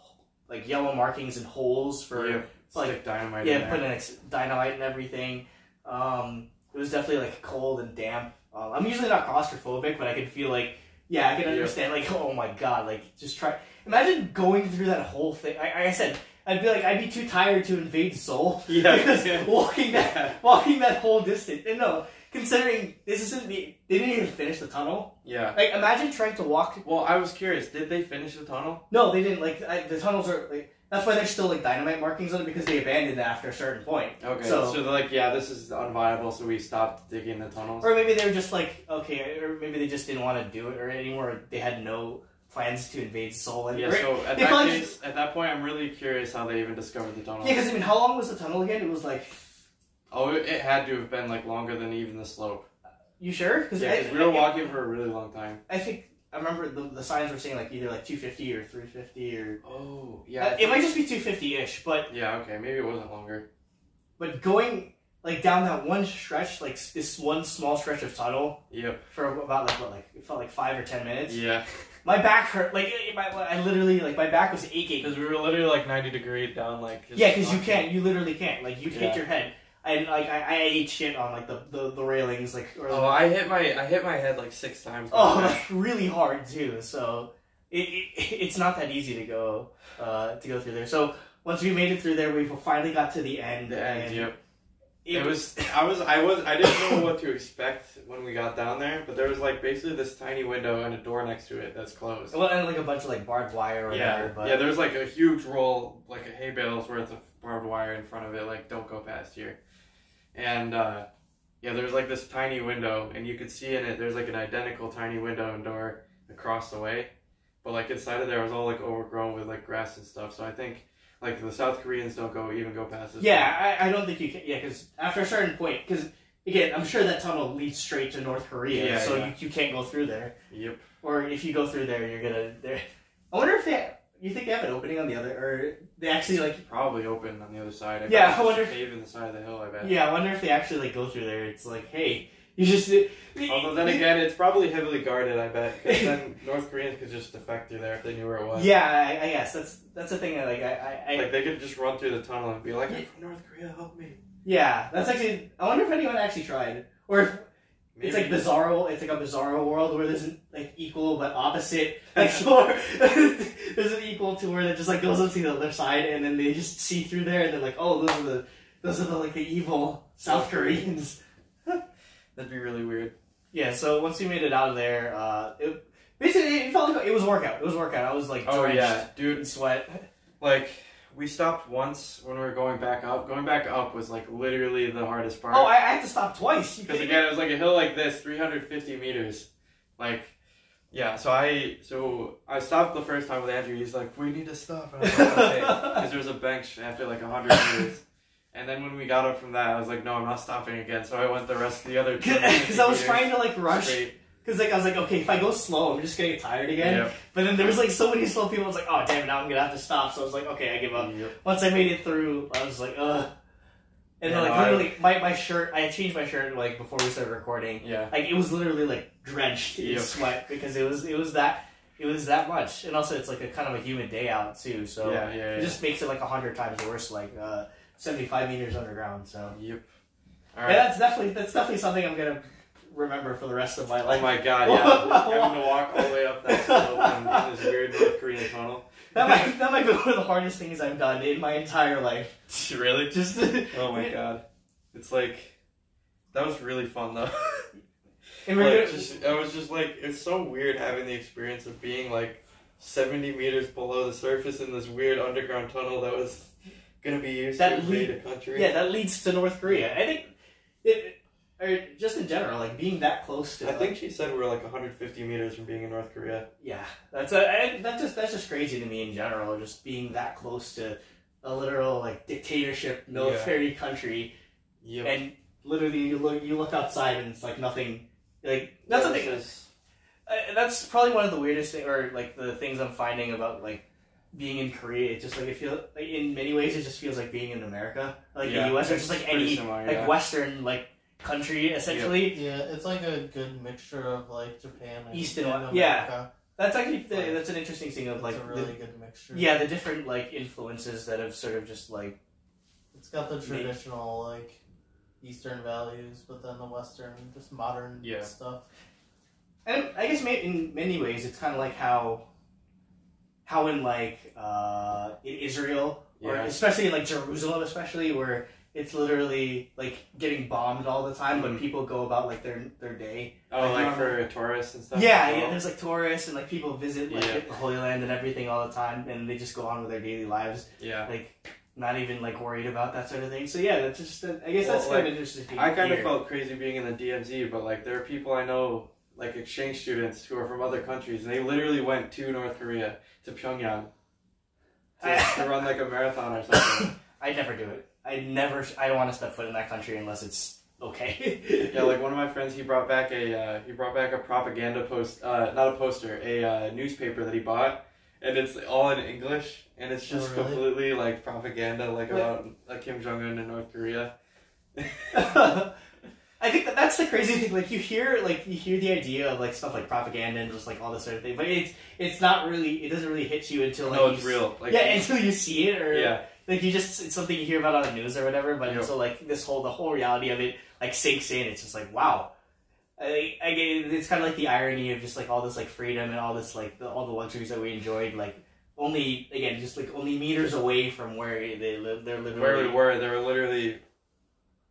Speaker 2: like yellow markings and holes for
Speaker 1: yeah,
Speaker 2: like-
Speaker 1: stick dynamite. in
Speaker 2: yeah,
Speaker 1: there.
Speaker 2: putting ex- dynamite and everything. Um, it was definitely like cold and damp. Um, I'm usually not claustrophobic, but I could feel like, yeah, I can
Speaker 1: Yeah.
Speaker 2: understand. Like, oh my god, like just try. Imagine going through that whole thing. I, like I said, I'd be like, I'd be too tired to invade Seoul.
Speaker 1: Yeah,
Speaker 2: because
Speaker 1: yeah.
Speaker 2: walking that,
Speaker 1: yeah.
Speaker 2: walking that whole distance. And no, considering this isn't the, they didn't even finish the tunnel.
Speaker 1: Yeah.
Speaker 2: Like, imagine trying to walk
Speaker 1: Well, I was curious. Did they finish the tunnel?
Speaker 2: no, they didn't. Like I, the tunnels are like That's why there's still like dynamite markings on it because they abandoned it after a certain point.
Speaker 1: Okay, so,
Speaker 2: So-
Speaker 1: they're like, yeah, this is unviable, so we stopped digging the tunnels.
Speaker 2: Or maybe they were just like, okay, or maybe they just didn't want to do it or anymore. or They had no plans to invade Seoul. And,
Speaker 1: Yeah, so at
Speaker 2: they
Speaker 1: that,
Speaker 2: probably
Speaker 1: case, at that point, I'm really curious how they even discovered the tunnel.
Speaker 2: because I mean, how long was the tunnel again? It was like,
Speaker 1: Oh, it it had to have been like longer than even the slope.
Speaker 2: you sure?
Speaker 1: Yeah, because we were walking for a really long time.
Speaker 2: I think I remember the, the signs were saying like either like 250 or 350 or
Speaker 1: Oh, yeah. I
Speaker 2: Uh, it
Speaker 1: think-
Speaker 2: might just be 250 ish, but
Speaker 1: Yeah, okay, maybe it wasn't longer.
Speaker 2: but going like down that one stretch, like s- this one small stretch of tunnel
Speaker 1: Yep.
Speaker 2: for about like what like it felt like five or ten minutes.
Speaker 1: Yeah.
Speaker 2: My back hurt. Like it- my, I literally like my back was aching.
Speaker 4: Because we were literally like 90 degree down, like. just
Speaker 2: Yeah, because you
Speaker 4: knocking.
Speaker 2: can't. You literally can't. Like you would
Speaker 1: Yeah.
Speaker 2: hit your head. And like I, I ate shit on like the, the, the railings like or
Speaker 1: Oh, I hit my I hit my head like six times.
Speaker 2: oh like really hard too. So it, it it's not that easy to go uh, to go through there. So once we made it through there, we finally got to the end.
Speaker 1: the end.
Speaker 2: and
Speaker 1: Yep.
Speaker 2: It,
Speaker 1: It was I was I was I didn't know what to expect when we got down there, but there was like basically this tiny window and a door next to it that's closed.
Speaker 2: well, and like a bunch of like barbed wire or
Speaker 1: Yeah,
Speaker 2: whatever. But
Speaker 1: yeah. There's like a huge roll, like a hay bale's worth of barbed wire in front of it. Like, don't go past here. And uh, yeah, there's like this tiny window, and you could see in it. There's like an identical tiny window and door across the way, but like inside of there was all like overgrown with like grass and stuff. So I think like the South Koreans don't go even go past this.
Speaker 2: Yeah, I, I don't think you can. Yeah, because after a certain point, because again, I'm sure that tunnel leads straight to North Korea,
Speaker 1: Yeah,
Speaker 2: so
Speaker 1: yeah.
Speaker 2: You, you can't go through there.
Speaker 1: thing. Yep.
Speaker 2: Or if you go through there, you're gonna. There. I wonder if they. You think they have an opening on the other, or they actually like?
Speaker 1: Probably open on the other side. bet
Speaker 2: Yeah,
Speaker 1: it's
Speaker 2: I wonder-
Speaker 1: just paving the side of the hill. I bet.
Speaker 2: Yeah, I wonder if they actually like go through there. It's like, hey, you just. it-
Speaker 1: Although then again, it's probably heavily guarded. I bet because then North Koreans could just defect through there if they knew where it was.
Speaker 2: Yeah, I, I guess that's that's the thing. that, Like, I, I, I
Speaker 1: Like they could just run through the tunnel and be like,
Speaker 2: "I'm
Speaker 1: from North Korea, help me."
Speaker 2: yeah, that's actually. I wonder if anyone actually tried, or if it's like bizarro. It's like a bizarro world where there's an, like equal but opposite. Like so, there's an equal to where that just like goes up to the other side, and then they just see through there, and they're like, oh, those are the those are the like the evil South Koreans.
Speaker 1: that'd be really weird.
Speaker 2: Yeah. So once we made it out of there, uh, it, basically it felt like it was workout. It was workout. I was like
Speaker 1: Oh
Speaker 2: drenched
Speaker 1: yeah, dude.
Speaker 2: in sweat.
Speaker 1: Like we stopped once when we were going back up. Going back up was like literally the hardest part.
Speaker 2: Oh, I, I had to stop twice. You
Speaker 1: because
Speaker 2: kidding me?
Speaker 1: again, it was like a hill like this, 350 meters. Like, yeah. So I so I stopped the first time with Andrew. He's like, "We need to stop." And I was like, "Okay." because there was a bench after like 100 meters. And then when we got up from that, I was like, no, I'm not stopping again. So I went the rest of the other
Speaker 2: Because I was trying to like rush.
Speaker 1: Straight.
Speaker 2: Because like I was like, okay, if I go slow, I'm just gonna get tired again.
Speaker 1: Yep.
Speaker 2: But then there was like so many slow people. I was like, oh damn, now I'm gonna have to stop. So I was like, okay, I give up.
Speaker 1: Yep.
Speaker 2: Once I made it through, I was like, ugh. And then
Speaker 1: Yeah,
Speaker 2: like
Speaker 1: I-
Speaker 2: literally, my, my shirt, I changed my shirt like before we started recording.
Speaker 1: Yeah.
Speaker 2: Like it was literally like drenched in
Speaker 1: Yep.
Speaker 2: sweat because it was it was that it was that much. And also, it's like a kind of a humid day out too, so
Speaker 1: yeah, yeah,
Speaker 2: it
Speaker 1: yeah.
Speaker 2: just makes it like a hundred times worse. Like uh, seventy five meters underground. So
Speaker 1: Yep. All
Speaker 2: yeah,
Speaker 1: right.
Speaker 2: that's definitely that's definitely something I'm gonna remember for the rest of my
Speaker 1: Oh
Speaker 2: life.
Speaker 1: my god, yeah. Having to walk all the way up that slope in, in this weird North Korean tunnel.
Speaker 2: That might that might be one of the hardest things I've done in my entire life.
Speaker 1: really?
Speaker 2: Just
Speaker 1: Oh my god. It's like, that was really fun though.
Speaker 2: and we're
Speaker 1: like,
Speaker 2: gonna-
Speaker 1: just, I was just like, it's so weird having the experience of being like 70 meters below the surface in this weird underground tunnel that was gonna be used
Speaker 2: That
Speaker 1: to invade
Speaker 2: lead-
Speaker 1: a country.
Speaker 2: yeah, that leads to North Korea. I think it, or just in general, like being that close to
Speaker 1: I think she said we were like 150 meters from being in North Korea.
Speaker 2: yeah, that's a I, that's just that's just crazy to me in general. Just being that close to a literal like dictatorship military country,
Speaker 1: Yep.
Speaker 2: and literally you look you look outside and it's like nothing. Like that's the thing. Uh, that's probably one of the weirdest thing, or like the things I'm finding about like being in Korea. It's just like it feels like in many ways it just feels like being in America, like
Speaker 1: Yeah.
Speaker 2: the U.S. or just
Speaker 1: It's
Speaker 2: like
Speaker 1: pretty
Speaker 2: any
Speaker 1: similar,
Speaker 2: like
Speaker 1: yeah.
Speaker 2: Western like country essentially.
Speaker 4: Yeah, it's like a good mixture of like Japan and
Speaker 2: East and West- yeah.
Speaker 4: America.
Speaker 2: That's actually the,
Speaker 4: Like,
Speaker 2: that's an interesting thing of
Speaker 4: It's
Speaker 2: like
Speaker 4: a
Speaker 2: the-
Speaker 4: really good mixture.
Speaker 2: yeah the different like influences that have sort of just like
Speaker 4: It's got the
Speaker 2: Me-
Speaker 4: traditional like Eastern values, but then the Western, just modern
Speaker 1: Yeah.
Speaker 4: stuff.
Speaker 2: and I guess ma- in many ways it's kind of like how how in like uh, in Israel or
Speaker 1: Yeah.
Speaker 2: especially in like Jerusalem especially where it's literally like getting bombed all the time
Speaker 1: Mm-hmm.
Speaker 2: when people go about like their their day.
Speaker 1: Oh,
Speaker 2: Like,
Speaker 1: like for tourists and stuff.
Speaker 2: yeah,
Speaker 1: as well?
Speaker 2: yeah. There's like tourists and like people visit like
Speaker 1: Yeah.
Speaker 2: the Holy Land and everything all the time, and they just go on with their daily lives,
Speaker 1: yeah.
Speaker 2: like not even like worried about that sort of thing. So yeah, that's just uh, I guess that's
Speaker 1: Well,
Speaker 2: kind of interesting. to
Speaker 1: I kind of
Speaker 2: hear.
Speaker 1: felt crazy being in the DMZ, but like there are people I know, like exchange students who are from other countries, and they literally went to North Korea to Pyongyang to, to run like a marathon or something.
Speaker 2: I'd never do it. I never. I don't want to step foot in that country unless it's okay.
Speaker 1: Yeah, like one of my friends, he brought back a uh, he brought back a propaganda post, uh, not a poster, a uh, newspaper that he bought, and it's all in English, and it's just
Speaker 4: Oh, really?
Speaker 1: completely like propaganda, like
Speaker 2: What?
Speaker 1: about like Kim Jong Un in North Korea.
Speaker 2: I think that that's the crazy thing. Like you hear, like you hear the idea of like stuff like propaganda and just like all this sort of thing, but it's it's not really. It doesn't really hit you until like
Speaker 1: no,
Speaker 2: you
Speaker 1: it's
Speaker 2: s-
Speaker 1: real. Like,
Speaker 2: yeah, until you see it or
Speaker 1: yeah,
Speaker 2: like you just it's something you hear about on the news or whatever. But
Speaker 1: Yeah.
Speaker 2: so like this whole the whole reality of it like sinks in. It's just like wow. I, I get- it's kind of like the irony of just like all this like freedom and all this like the, all the luxuries that we enjoyed like only again just like only meters away from where they live they're living
Speaker 1: where we were, there were literally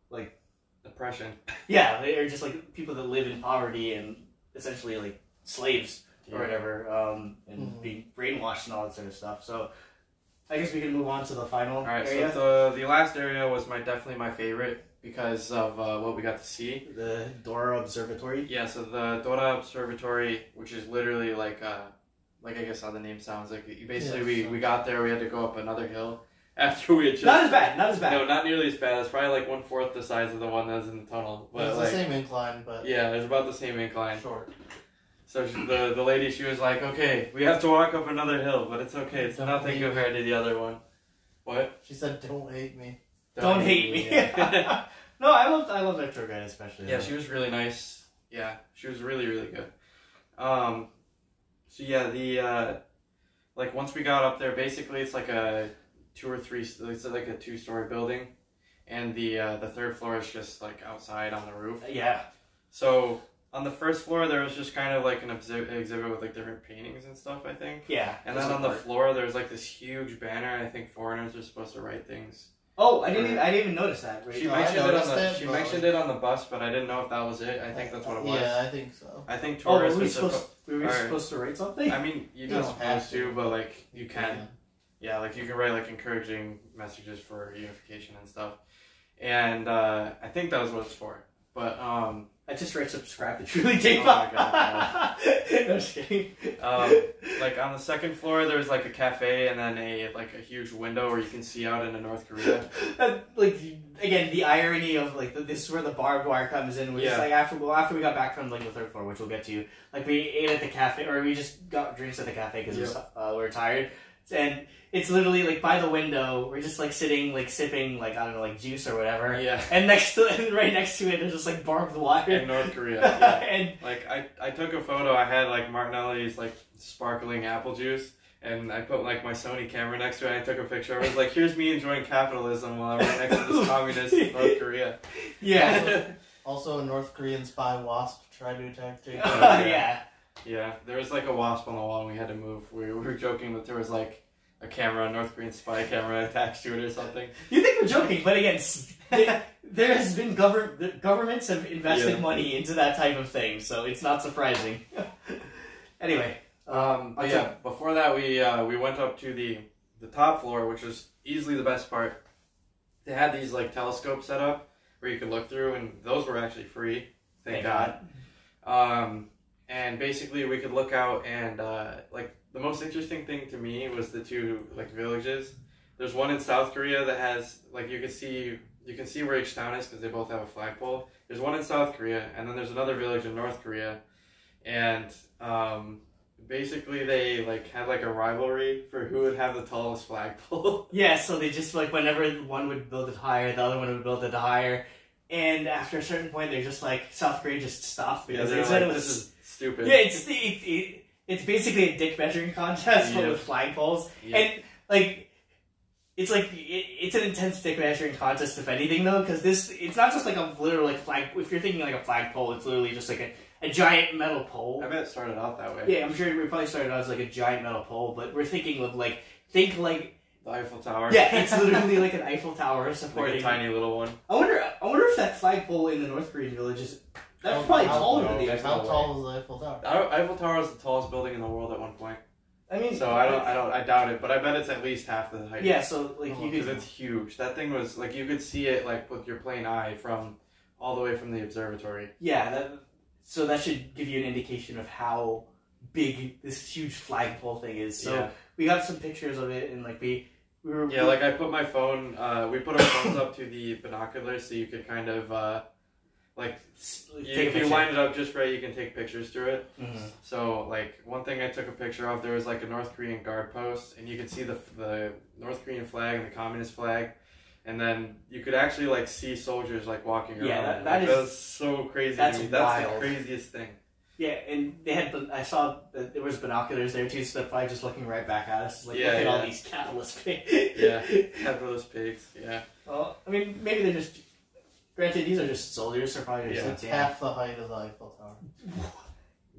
Speaker 1: like oppression.
Speaker 2: Yeah, they're just like people that live in poverty and essentially like slaves or whatever, um, and
Speaker 4: Mhm.
Speaker 2: being brainwashed and all that sort of stuff. So I guess we can move on to the final
Speaker 1: All right,
Speaker 2: area.
Speaker 1: so the, the last area was my definitely my favorite because of uh, what we got to see.
Speaker 2: the Dora Observatory.
Speaker 1: Yeah, so the Dora Observatory, which is literally like, uh, like I guess how the name sounds. Like you- basically,
Speaker 4: Yeah,
Speaker 1: we,
Speaker 4: so-
Speaker 1: we got there, we had to go up another hill after we had just
Speaker 2: not as bad, not as bad.
Speaker 1: no, not nearly as bad. It's probably like one fourth the size of the one that was in the tunnel, but
Speaker 4: it's
Speaker 1: like
Speaker 4: the same incline, but
Speaker 1: yeah, it was about the same incline.
Speaker 4: short.
Speaker 1: So she, the the lady, she was like, "Okay, we have to walk up another hill, but it's okay. It's
Speaker 4: Don't
Speaker 1: nothing
Speaker 4: leave.
Speaker 1: compared to the other one." What?
Speaker 4: She said, "Don't hate me."
Speaker 2: Don't hate me.
Speaker 1: Yeah.
Speaker 2: no, I loved I loved our tour guide especially.
Speaker 1: Yeah, she was really nice. Yeah, she was really really good. Um, so yeah, the uh, like once we got up there, basically it's like a two or three, it's like a two story building, and the uh, the third floor is just like outside on the roof.
Speaker 2: yeah,
Speaker 1: So on the first floor there was just kind of like an exhi- exhibit with like different paintings and stuff, I think.
Speaker 2: yeah.
Speaker 1: And
Speaker 2: That's
Speaker 1: then on the
Speaker 2: part.
Speaker 1: floor there was like this huge banner. and I think foreigners are supposed to write things.
Speaker 2: oh, I didn't even, I didn't even notice that. Right?
Speaker 1: She
Speaker 4: no, I
Speaker 1: mentioned it on
Speaker 4: noticed
Speaker 1: the
Speaker 4: it,
Speaker 1: she
Speaker 4: but,
Speaker 1: mentioned
Speaker 4: like-
Speaker 1: it on the bus, but I didn't know if that was it. I think that's what it was.
Speaker 4: Yeah, I think so.
Speaker 1: I think
Speaker 2: oh, were
Speaker 1: tourists
Speaker 2: we
Speaker 1: are supposed.
Speaker 2: supposed were we
Speaker 1: Alright.
Speaker 2: supposed to write something?
Speaker 1: I mean, you're
Speaker 4: You
Speaker 1: not
Speaker 4: don't have
Speaker 1: supposed to,
Speaker 4: to.
Speaker 1: but like you can. Yeah, like you can write like encouraging messages for unification and stuff. And uh, I think that was what it's for. But um,
Speaker 2: I just read subscribe to Truly Take
Speaker 1: Oh my God,
Speaker 2: no, I'm just kidding.
Speaker 1: um, like on the second floor, there's like a cafe and then a like a huge window where you can see out into North Korea.
Speaker 2: Uh, like again, the irony of like the, this is where the barbed wire comes in, which is
Speaker 1: Yeah.
Speaker 2: like after well after we got back from like the third floor, which we'll get to. Like we ate at the cafe, or we just got drinks at the cafe because uh, we were tired, and it's literally like by the window. We're just like sitting, like sipping, like I don't know, like juice or whatever.
Speaker 1: yeah,
Speaker 2: And next to and right next to it, there's just like barbed
Speaker 1: in
Speaker 2: wire.
Speaker 1: North Korea. Yeah.
Speaker 2: and
Speaker 1: Like I, I took a photo. I had like Martinelli's like sparkling apple juice, and I put like my Sony camera next to it. And I took a picture. I was like, "Here's me enjoying capitalism while I'm right next to this communist in North Korea."
Speaker 2: yeah,
Speaker 4: Also, a North Korean spy wasp tried to attack Jacob.
Speaker 1: Yeah.
Speaker 2: yeah,
Speaker 1: yeah, there was like a wasp on the wall, and we had to move. We, we were joking that there was like a camera, a North Korean spy camera attached to it or something.
Speaker 2: you think we're joking, but again, s- there there has been govern the governments have invested
Speaker 1: Yeah.
Speaker 2: money into that type of thing, so it's not surprising. anyway,
Speaker 1: Um, but yeah, before that, we uh, we went up to the the top floor, which was easily the best part. They had these like telescopes set up where you could look through, and those were actually free. Thank, God. Um, and basically, we could look out and uh, like the most interesting thing to me was the two like villages. There's one in South Korea that has like you can see you can see where each town is because they both have a flagpole. There's one in South Korea, and then there's another village in North Korea, and um, basically they like had like a rivalry for who would have the tallest flagpole.
Speaker 2: Yeah, so they just like whenever one would build it higher, the other one would build it higher, and after a certain point, they're just like South Korea just stopped
Speaker 1: yeah,
Speaker 2: because
Speaker 1: they're
Speaker 2: they said
Speaker 1: like,
Speaker 2: it was
Speaker 1: this is stupid.
Speaker 2: yeah, it's it, it, it's basically a dick measuring contest but
Speaker 1: Yeah.
Speaker 2: with flagpoles.
Speaker 1: Yeah.
Speaker 2: And like, it's like it, it's an intense dick measuring contest, if anything, though, because this it's not just like a literal like flag. If you're thinking like a flagpole, it's literally just like a, a giant metal pole.
Speaker 1: I bet it started out that way.
Speaker 2: Yeah, I'm sure we probably started out as like a giant metal pole, but we're thinking of like think like
Speaker 1: The Eiffel Tower.
Speaker 2: Yeah, it's literally like an Eiffel Tower
Speaker 1: like
Speaker 2: supporting.
Speaker 1: a tiny little one.
Speaker 2: I wonder. I wonder if that flagpole in the North Korean village is.
Speaker 1: Oh,
Speaker 2: That's
Speaker 4: How-
Speaker 2: probably
Speaker 4: how-
Speaker 2: taller than the Eiffel
Speaker 4: How
Speaker 2: Tower.
Speaker 4: tall is the Eiffel Tower?
Speaker 1: The Ei- Eiffel Tower is the tallest building in the world at one point.
Speaker 2: I mean,
Speaker 1: So I don't, I don't, I doubt it. But I bet it's at least half the height.
Speaker 2: Yeah, so like you
Speaker 1: because
Speaker 2: could.
Speaker 1: it's huge. That thing was like you could see it like with your plain eye from all the way from the observatory.
Speaker 2: Yeah, that, so that should give you an indication of how big this huge flagpole thing is. So
Speaker 1: yeah.
Speaker 2: we got some pictures of it, and like we we were
Speaker 1: Yeah, like I put my phone. Uh, we put our phones up to the binoculars so you could kind of uh, like
Speaker 2: s-
Speaker 1: you, Mm-hmm.
Speaker 2: like, take a
Speaker 1: if you
Speaker 2: picture.
Speaker 1: line it up just right, you can take pictures through it.
Speaker 2: Mhm.
Speaker 1: So like one thing I took a picture of, there was like a North Korean guard post, and you could see the the North Korean flag and the communist flag, and then you could actually like see soldiers like walking around.
Speaker 2: Yeah, that-
Speaker 1: Like,
Speaker 2: that is-
Speaker 1: was so crazy.
Speaker 2: that's
Speaker 1: to me. that's
Speaker 2: wild.
Speaker 1: the craziest thing.
Speaker 2: Yeah, and they had. bin- I saw that there was binoculars there too, so they're probably just looking right back at us. Like,
Speaker 1: Yeah,
Speaker 2: look at all
Speaker 1: yeah.
Speaker 2: these capitalist pigs.
Speaker 1: Yeah. Pepperless pigs. Yeah.
Speaker 2: Well, I mean, maybe they're just. Granted, these are just soldiers. They're probably just
Speaker 1: Yeah.
Speaker 2: like,
Speaker 4: It's
Speaker 2: damn.
Speaker 4: half the height of the Eiffel Tower.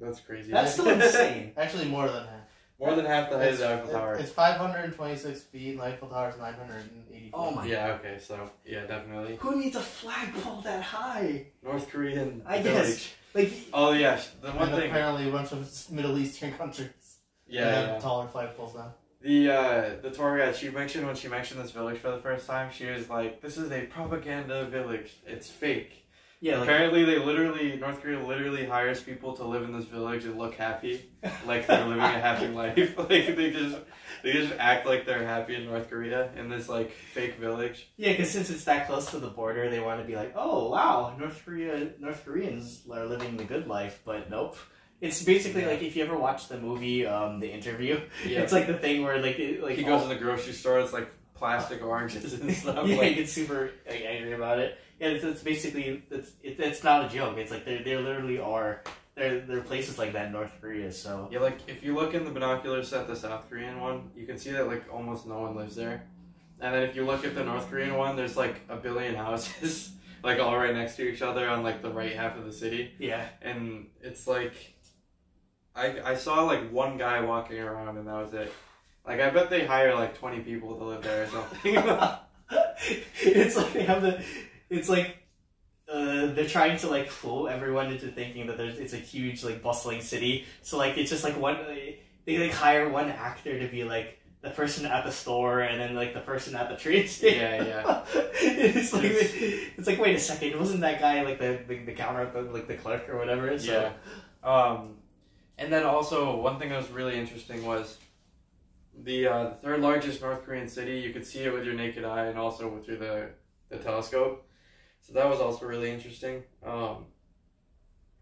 Speaker 1: That's crazy.
Speaker 2: That's still insane.
Speaker 4: Actually, more than half.
Speaker 1: More than half the height of the Eiffel
Speaker 4: it-
Speaker 1: Tower.
Speaker 4: It's 526 feet. and The Eiffel Tower is 980
Speaker 2: Oh
Speaker 4: feet.
Speaker 2: my-
Speaker 1: Yeah. Okay. So yeah, definitely
Speaker 2: Who needs a flagpole that high?
Speaker 1: North Korean.
Speaker 2: I
Speaker 1: village.
Speaker 2: guess. Like,
Speaker 1: Oh yeah. sh- The one
Speaker 4: and
Speaker 1: thing.
Speaker 4: apparently a bunch of Middle Eastern countries
Speaker 1: Yeah.
Speaker 4: have
Speaker 1: yeah.
Speaker 4: taller flagpoles now.
Speaker 1: The uh, the tour guide she mentioned when she mentioned this village for the first time, she was like, "This is a propaganda village. It's fake."
Speaker 2: yeah, like.
Speaker 1: Apparently, they literally North Korea literally hires people to live in this village and look happy, like they're living a happy life. Like they just they just act like they're happy in North Korea in this like fake village.
Speaker 2: Yeah, because since it's that close to the border, they want to be like, "Oh wow, North Korea, North Koreans are living the good life," but nope. It's basically
Speaker 1: Yeah.
Speaker 2: like if you ever watch the movie um, The Interview,
Speaker 1: Yeah,
Speaker 2: it's like the thing where like it, like
Speaker 1: he
Speaker 2: all-
Speaker 1: goes in the grocery store. It's like plastic oranges and stuff.
Speaker 2: yeah, he
Speaker 1: Like,
Speaker 2: gets super like, angry about it. Yeah, it's, it's basically it's it, it's not a joke. It's like there there literally are there there are places like that in North Korea. So
Speaker 1: yeah, like if you look in the binoculars at the South Korean one, you can see that like almost no one lives there. And then if you look at the North Korean one, there's like a billion houses, like all right next to each other on like the right half of the city.
Speaker 2: yeah,
Speaker 1: and it's like I, I saw like one guy walking around and that was it like i bet they hire like 20 people to live there or something
Speaker 2: it's like they have the it's like. Uh, they're trying to like fool everyone into thinking that there's it's a huge like bustling city. So like it's just like one they like hire one actor to be like the person at the store and then like the person at the train station.
Speaker 1: yeah yeah
Speaker 2: it's like it's like wait a second, wasn't that guy like the the, the counter the, like the clerk or whatever? So,
Speaker 1: yeah um and then also one thing that was really interesting was the uh, third largest north korean city you could see it with your naked eye and also with- through the, the telescope so that was also really interesting um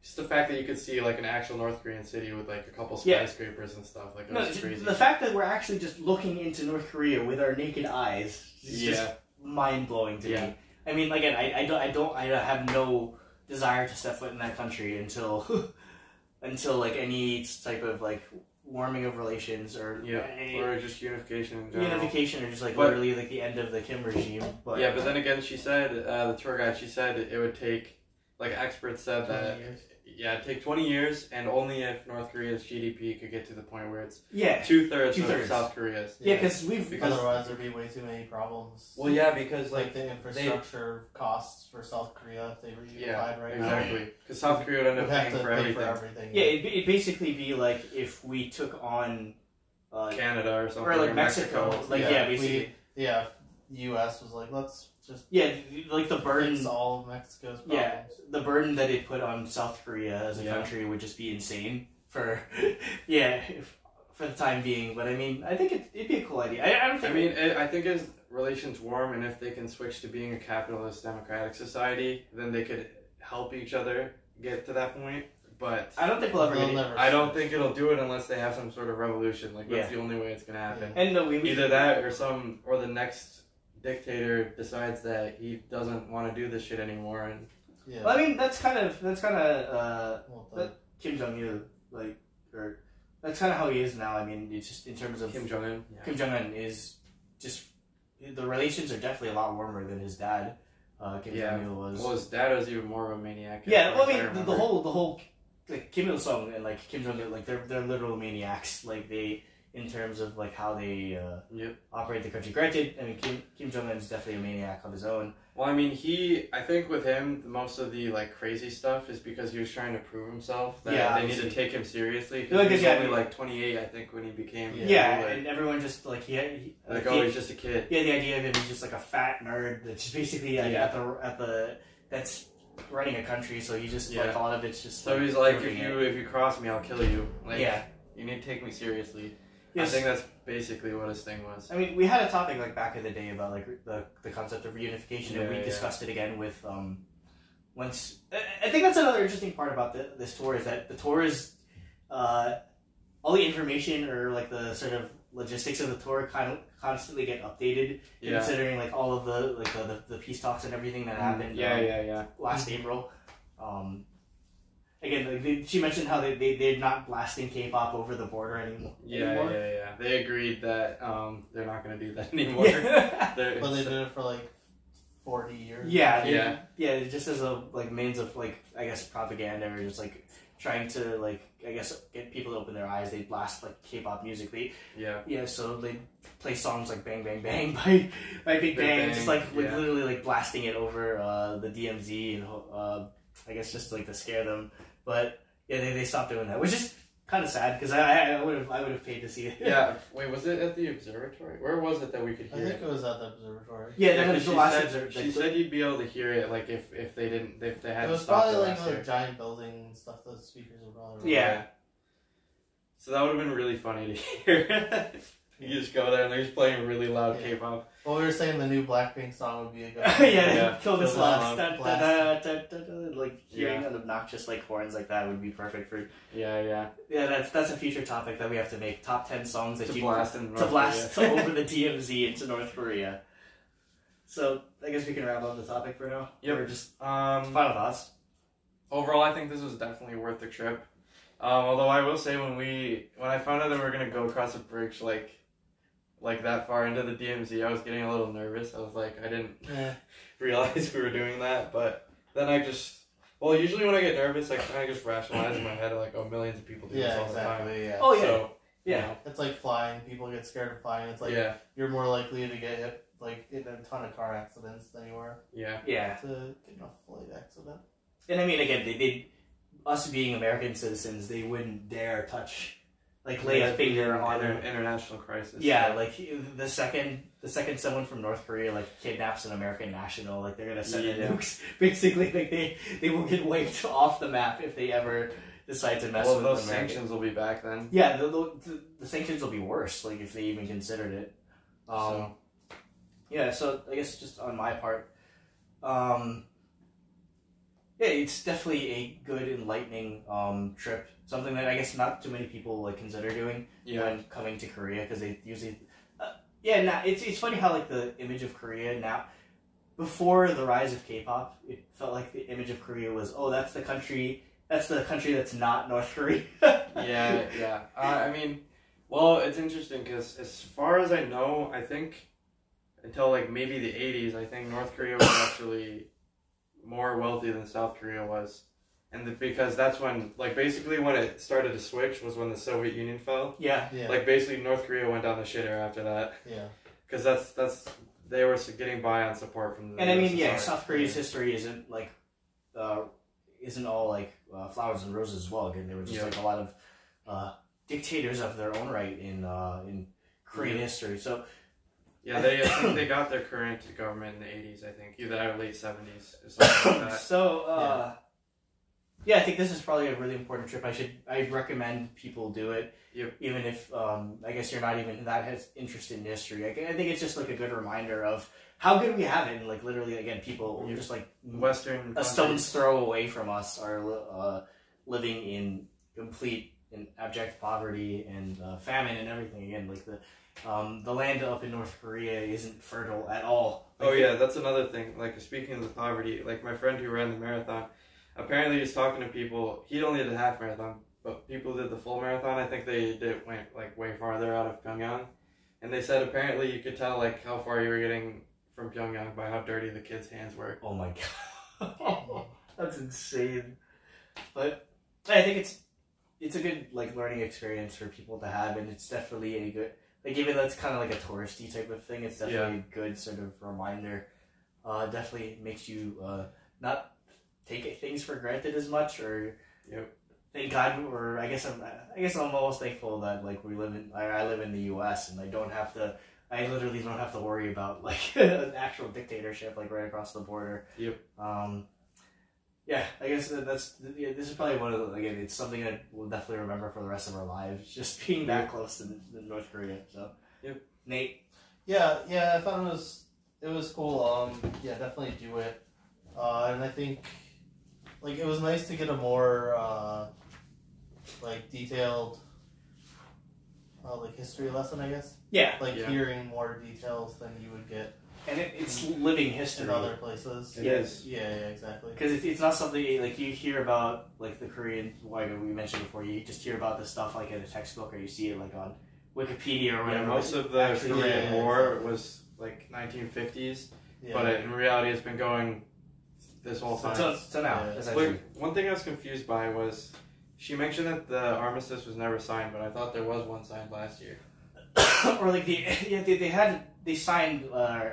Speaker 1: just the fact that you could see like an actual North Korean city with like a couple
Speaker 2: Yeah.
Speaker 1: skyscrapers and stuff like that
Speaker 2: No,
Speaker 1: was crazy.
Speaker 2: the fact that we're actually just looking into North Korea with our naked eyes is
Speaker 1: yeah,
Speaker 2: just mind blowing to
Speaker 1: Yeah.
Speaker 2: me. I mean, again, I, I don't I don't I have no desire to step foot in that country until until like any type of like warming of relations or
Speaker 1: Yeah,
Speaker 2: any
Speaker 1: or just unification in general.
Speaker 2: unification or just like
Speaker 1: But-
Speaker 2: literally like the end of the Kim regime. But
Speaker 1: yeah, but then again, she said uh, the tour guide. She said it would take, like experts said that,
Speaker 4: 20 years.
Speaker 1: yeah, it'd take twenty years, and only if North Korea's GDP could get to the point where it's
Speaker 2: yeah,
Speaker 1: two thirds of
Speaker 2: Two-thirds.
Speaker 1: South Korea's.
Speaker 2: yeah, because we've
Speaker 1: Because-
Speaker 4: otherwise there'd be way too many problems.
Speaker 1: Well, yeah, because
Speaker 4: like
Speaker 1: like
Speaker 4: the infrastructure costs for South Korea if they were unified
Speaker 1: yeah,
Speaker 4: right
Speaker 1: exactly, because South Korea would
Speaker 4: now.
Speaker 1: end
Speaker 4: Would
Speaker 1: up
Speaker 4: have
Speaker 1: paying
Speaker 4: to
Speaker 1: for
Speaker 4: pay
Speaker 1: everything,
Speaker 4: for everything.
Speaker 2: Yeah, it'd, be, it'd basically be like if we took on, uh,
Speaker 1: Canada or something,
Speaker 2: or like Mexico, like yeah,
Speaker 4: Yeah, we-
Speaker 2: basically,
Speaker 4: Yeah, if U.S. was like, let's just
Speaker 2: yeah, like the burden,
Speaker 4: fix all of Mexico's problems.
Speaker 2: Yeah. the burden that it put on South Korea as a
Speaker 1: Yeah.
Speaker 2: country would just be insane for, yeah, if, for the time being. But I mean, I think it, it'd be a cool idea. I, I don't
Speaker 1: I
Speaker 2: think.
Speaker 1: mean, it, I think as relations warm, and if they can switch to being a capitalist democratic society, then they could help each other get to that point. But
Speaker 2: I don't think we'll ever.
Speaker 4: They'll
Speaker 2: Get it.
Speaker 4: never
Speaker 1: I don't
Speaker 4: switch.
Speaker 1: think it'll do it unless they have some sort of revolution. Like that's the only way it's gonna happen.
Speaker 2: And the, we we-
Speaker 1: Either that or some or the next dictator decides that he doesn't want to do this shit anymore and
Speaker 4: Yeah.
Speaker 2: Well, I mean, that's kind of that's kind of uh,
Speaker 4: Well, the-
Speaker 2: But- Kim Jong Il, like, or that's kind of how he is now. I mean, it's just in terms of
Speaker 1: Kim Jong Un. Yeah.
Speaker 2: Kim Jong Un is just the relations are definitely a lot warmer than his dad. Uh, Kim
Speaker 1: Yeah.
Speaker 2: Jong Il was.
Speaker 1: Well, his dad was even more of a maniac. as
Speaker 2: yeah,
Speaker 1: far as
Speaker 2: well, I mean, the,
Speaker 1: remember.
Speaker 2: the whole the whole like Kim Il Sung and like Kim Jong Il, like they're they're literal maniacs. Like they in terms of like how they uh,
Speaker 1: Yep.
Speaker 2: operate the country. Granted, I mean Kim, Kim Jong Un is definitely a maniac of his own.
Speaker 1: Well, I mean, he. I think with him, most of the like crazy stuff is because he was trying to prove himself that
Speaker 2: Yeah,
Speaker 1: they need to
Speaker 2: obviously.
Speaker 1: take him seriously.
Speaker 2: No,
Speaker 1: Because he was
Speaker 2: 'cause, yeah,
Speaker 1: only
Speaker 2: I mean-
Speaker 1: like 28, I think, when he became.
Speaker 4: Yeah.
Speaker 2: Yeah,
Speaker 1: ruler.
Speaker 2: and everyone just like he, had, he
Speaker 1: like
Speaker 2: the-
Speaker 1: oh, he's just a kid.
Speaker 2: yeah, the idea of him he's just like a fat nerd that's just basically like,
Speaker 4: Yeah.
Speaker 2: at the at the that's running a country. So he just
Speaker 1: Yeah.
Speaker 2: like all of it's just
Speaker 1: So he's like, if
Speaker 2: proving
Speaker 1: you
Speaker 2: it.
Speaker 1: if you cross me, I'll kill you. Like,
Speaker 2: yeah.
Speaker 1: You need to take me seriously. I
Speaker 2: Yes.
Speaker 1: think that's basically what his thing was.
Speaker 2: I mean, we had a topic like back in the day about like re- the, the concept of reunification,
Speaker 1: Yeah,
Speaker 2: and we
Speaker 1: yeah.
Speaker 2: discussed it again with um, once. I I think that's another interesting part about the, this tour is that the tour is, uh, all the information or like the sort of logistics of the tour kind of constantly get updated,
Speaker 1: Yeah. Mm,
Speaker 2: considering like all of the like the, the, the peace talks and everything that happened.
Speaker 1: Yeah,
Speaker 2: um,
Speaker 1: yeah, yeah.
Speaker 2: last April. Um, again, like they, she mentioned how they, they they're not blasting K-pop over the border anymore.
Speaker 1: Yeah,
Speaker 2: anymore.
Speaker 1: yeah, yeah. They agreed that um, they're not going to do that anymore. They're-
Speaker 4: But they did it for like forty years.
Speaker 2: Yeah, they-
Speaker 1: Yeah.
Speaker 2: yeah. it Just as a like means of like I guess propaganda or just like trying to like I guess get people to open their eyes. They blast like K-pop music. They
Speaker 1: yeah,
Speaker 2: yeah, so they play songs like "Bang Bang Bang" by by Big
Speaker 1: Big
Speaker 2: Bang,
Speaker 1: Bang,
Speaker 2: just like with
Speaker 1: yeah.
Speaker 2: literally like blasting it over uh, the DMZ and uh, I guess just like to scare them. But yeah, they, they stopped doing that, which is kind of sad because I I would have I would have paid to see it.
Speaker 1: yeah. Wait, was it at the observatory? Where was it that we could
Speaker 4: I
Speaker 1: hear
Speaker 4: think it
Speaker 1: it?
Speaker 4: was at the observatory.
Speaker 2: yeah, that
Speaker 1: Yeah,
Speaker 2: was
Speaker 1: 'cause
Speaker 2: the
Speaker 1: she
Speaker 2: last
Speaker 1: said-
Speaker 2: observ-
Speaker 1: She
Speaker 2: like,
Speaker 1: said you'd be able to hear it, like if if they didn't, if they
Speaker 4: It
Speaker 1: hadn't
Speaker 4: was
Speaker 1: stopped
Speaker 4: probably
Speaker 1: it
Speaker 4: like
Speaker 1: last
Speaker 4: a
Speaker 1: year.
Speaker 4: giant building and stuff. The speakers were probably.
Speaker 2: Yeah.
Speaker 1: So that would have been really funny to hear. you just go there and they're just playing really loud
Speaker 4: Yeah.
Speaker 1: K-pop.
Speaker 4: Well, we were saying the new Blackpink song would be a good.
Speaker 2: yeah,
Speaker 1: Yeah.
Speaker 2: yeah, kill the
Speaker 4: Kill the log
Speaker 2: slugs. Da, da, da,
Speaker 4: blast.
Speaker 2: da, da, da, Like hearing an obnoxious like horns like that would be perfect for.
Speaker 1: Yeah, yeah.
Speaker 2: Yeah, that's that's a future topic that we have to make. Top ten songs that
Speaker 1: To
Speaker 2: you
Speaker 1: blast and
Speaker 2: to blast
Speaker 1: Korea.
Speaker 2: over the DMZ into North Korea. So I guess we can wrap up the topic for now.
Speaker 1: Yep.
Speaker 2: Or just
Speaker 1: um,
Speaker 2: final thoughts.
Speaker 1: overall, I think this was definitely worth the trip. Um, although I will say, when we when I found out that we were gonna go across a bridge like like that far into the DMZ, I was getting a little nervous. I was like, I didn't
Speaker 4: Yeah.
Speaker 1: realize we were doing that, but then I just well, usually when I get nervous, I kind of just rationalize in my head like, oh, millions of people do this
Speaker 4: Yeah,
Speaker 1: all the time.
Speaker 4: exactly. Yeah.
Speaker 2: Oh yeah,
Speaker 1: So,
Speaker 2: yeah.
Speaker 1: you know,
Speaker 4: It's like flying. People get scared of flying. It's like
Speaker 1: yeah,
Speaker 4: you're more likely to get hit, like in a ton of car accidents than you are
Speaker 1: yeah,
Speaker 2: yeah.
Speaker 4: to get in a flight accident.
Speaker 2: And I mean, again, they did. Us being American citizens, they wouldn't dare touch, like lay a
Speaker 1: Yeah,
Speaker 2: finger
Speaker 1: inter-
Speaker 2: on.
Speaker 1: international crisis.
Speaker 2: Yeah, like the second the second someone from North Korea like kidnaps an American national, like they're gonna send in
Speaker 1: Yeah.
Speaker 2: nukes. Basically, like they they will get wiped off the map if they ever decide to mess
Speaker 1: Well,
Speaker 2: with
Speaker 1: those
Speaker 2: America.
Speaker 1: sanctions will be back then.
Speaker 2: Yeah, the, the, the sanctions will be worse, like if they even considered it. Um,
Speaker 1: So-
Speaker 2: Yeah, so I guess just on my part, um, yeah, it's definitely a good enlightening um, trip. Something that I guess not too many people like consider doing
Speaker 1: Yeah,
Speaker 2: when coming to Korea because they usually, uh, yeah, now it's it's funny how like the image of Korea now. Before the rise of K-pop, it felt like the image of Korea was, oh, that's the country, that's the country that's not North Korea.
Speaker 1: yeah, yeah. Uh, I mean, well, it's interesting because as far as I know, I think until like maybe the '80s, I think North Korea was actually more wealthy than South Korea was, and the, because that's when, like, basically when it started to switch was when the Soviet Union fell.
Speaker 2: yeah,
Speaker 4: Yeah.
Speaker 1: Like, basically, North Korea went down the shitter after that
Speaker 4: yeah.
Speaker 1: because that's that's they were getting by on support from the.
Speaker 2: And I mean, yeah,
Speaker 1: USSR.
Speaker 2: South Korea's history isn't like, uh, isn't all like uh, flowers and roses as well. Again, there were just
Speaker 1: Yeah.
Speaker 2: like a lot of uh, dictators of their own right in uh, in Korean
Speaker 1: Yeah.
Speaker 2: history. So
Speaker 1: Yeah, they I think they got their current government in the eighties, I think, either that or late seventies or something like that.
Speaker 2: so uh, yeah. I think this is probably a really important trip. I should I recommend people do it.
Speaker 1: Yep.
Speaker 2: Even if um, I guess you're not even that has interested in history. I, I think it's just like a good reminder of how good we have it. And like literally, again, people
Speaker 1: Yeah.
Speaker 2: just like
Speaker 1: Western
Speaker 2: a
Speaker 1: countries.
Speaker 2: stone's throw away from us are uh, living in complete and abject poverty and uh, famine and everything again like the um, the land up in North Korea isn't fertile at all. Like,
Speaker 1: Oh yeah, that's another thing. Like speaking of the poverty, like my friend who ran the marathon, apparently he's talking to people. He only did a half marathon, but people who did the full marathon. I think they did went like way farther out of Pyongyang, and they said apparently you could tell like how far you were getting from Pyongyang by how dirty the kids' hands were.
Speaker 2: Oh my god, that's insane. But I think it's it's a good like learning experience for people to have, and it's definitely a good like even that's kind of like a touristy type of thing. It's definitely a good sort of reminder. Uh, definitely makes you uh, not take things for granted as much, or
Speaker 1: Yep.
Speaker 2: thank God, or I guess I'm I guess I'm almost thankful that like we live in I, I live in the U.S. and I don't have to. I literally don't have to worry about like an actual dictatorship like right across the border.
Speaker 1: Yep.
Speaker 2: Um, yeah, I guess that- that's yeah, this is probably one of the again. It's something that we'll definitely remember for the rest of our lives, just being that close to, to North Korea. So.
Speaker 1: Yep.
Speaker 2: Nate.
Speaker 4: Yeah, yeah, I thought it was it was cool. Um, yeah, definitely do it. Uh, and I think like it was nice to get a more uh, like detailed uh, like history lesson, I guess.
Speaker 2: Yeah,
Speaker 4: Like
Speaker 1: Yeah.
Speaker 4: hearing more details than you would get
Speaker 2: and it, it's living history.
Speaker 4: in other places.
Speaker 1: It
Speaker 2: Yeah.
Speaker 1: is.
Speaker 4: Yeah, yeah, exactly.
Speaker 2: Because it's, it's not something like you hear about, like the Korean, like we mentioned before. You just hear about this stuff like in a textbook, or you see it like on Wikipedia or whatever.
Speaker 1: Yeah, most of the
Speaker 2: actually-
Speaker 1: Korean
Speaker 4: Yeah, yeah,
Speaker 1: War
Speaker 4: exactly.
Speaker 1: was like 1950s,
Speaker 4: Yeah.
Speaker 1: but in reality, it's been going this whole time.
Speaker 2: so, so now,
Speaker 4: Yeah.
Speaker 2: essentially.
Speaker 1: Like, one thing I was confused by was she mentioned that the armistice was never signed, but I thought there was one signed last year.
Speaker 2: or like the yeah, they, they had they signed. Uh,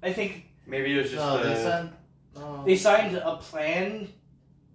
Speaker 2: I think
Speaker 1: Maybe it was just
Speaker 4: no,
Speaker 1: the
Speaker 4: they sent. um, No.
Speaker 2: they signed a plan.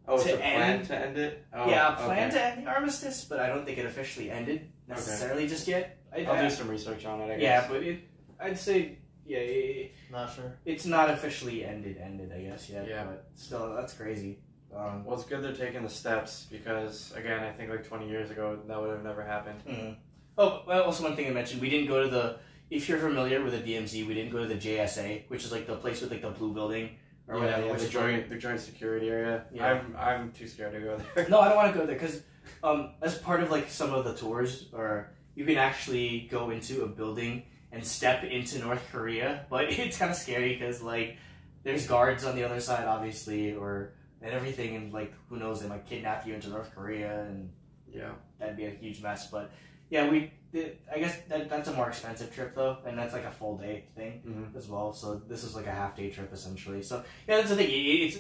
Speaker 1: oh, it's
Speaker 2: to
Speaker 1: a plan
Speaker 2: end-
Speaker 1: to end it. Oh,
Speaker 2: yeah, a plan
Speaker 1: okay.
Speaker 2: to end the armistice, but I don't think it officially ended necessarily just yet. I,
Speaker 1: I'll
Speaker 2: I-
Speaker 1: do some research on it. I
Speaker 2: yeah,
Speaker 1: guess.
Speaker 2: but it, I'd say yeah, it,
Speaker 4: Not sure.
Speaker 2: it's not officially ended. Ended, I guess. Yet,
Speaker 1: Yeah.
Speaker 2: but still, that's crazy. Um,
Speaker 1: Well, it's good they're taking the steps because again, I think like 20 years ago that would have never happened.
Speaker 2: Mm. Oh, well, also one thing I mentioned, we didn't go to the. If you're familiar with the DMZ, we didn't go to the JSA, which is like the place with like the blue building or
Speaker 1: yeah,
Speaker 2: whatever.
Speaker 1: yeah,
Speaker 2: which
Speaker 1: the
Speaker 2: is where-
Speaker 1: joint the joint security area.
Speaker 2: Yeah.
Speaker 1: I'm I'm too scared to go there.
Speaker 2: No, I don't want to go there because um, as part of like some of the tours, or you can actually go into a building and step into North Korea, but it's kind of scary because like there's guards on the other side, obviously, or and everything, and like who knows, they might kidnap you into North Korea and
Speaker 1: yeah.
Speaker 2: that'd be a huge mess. But yeah, we. th- I guess that, that's a more expensive trip though, and that's like a full day thing
Speaker 1: Mhm.
Speaker 2: as well. So this is like a half day trip essentially. So yeah, that's the thing. It, it's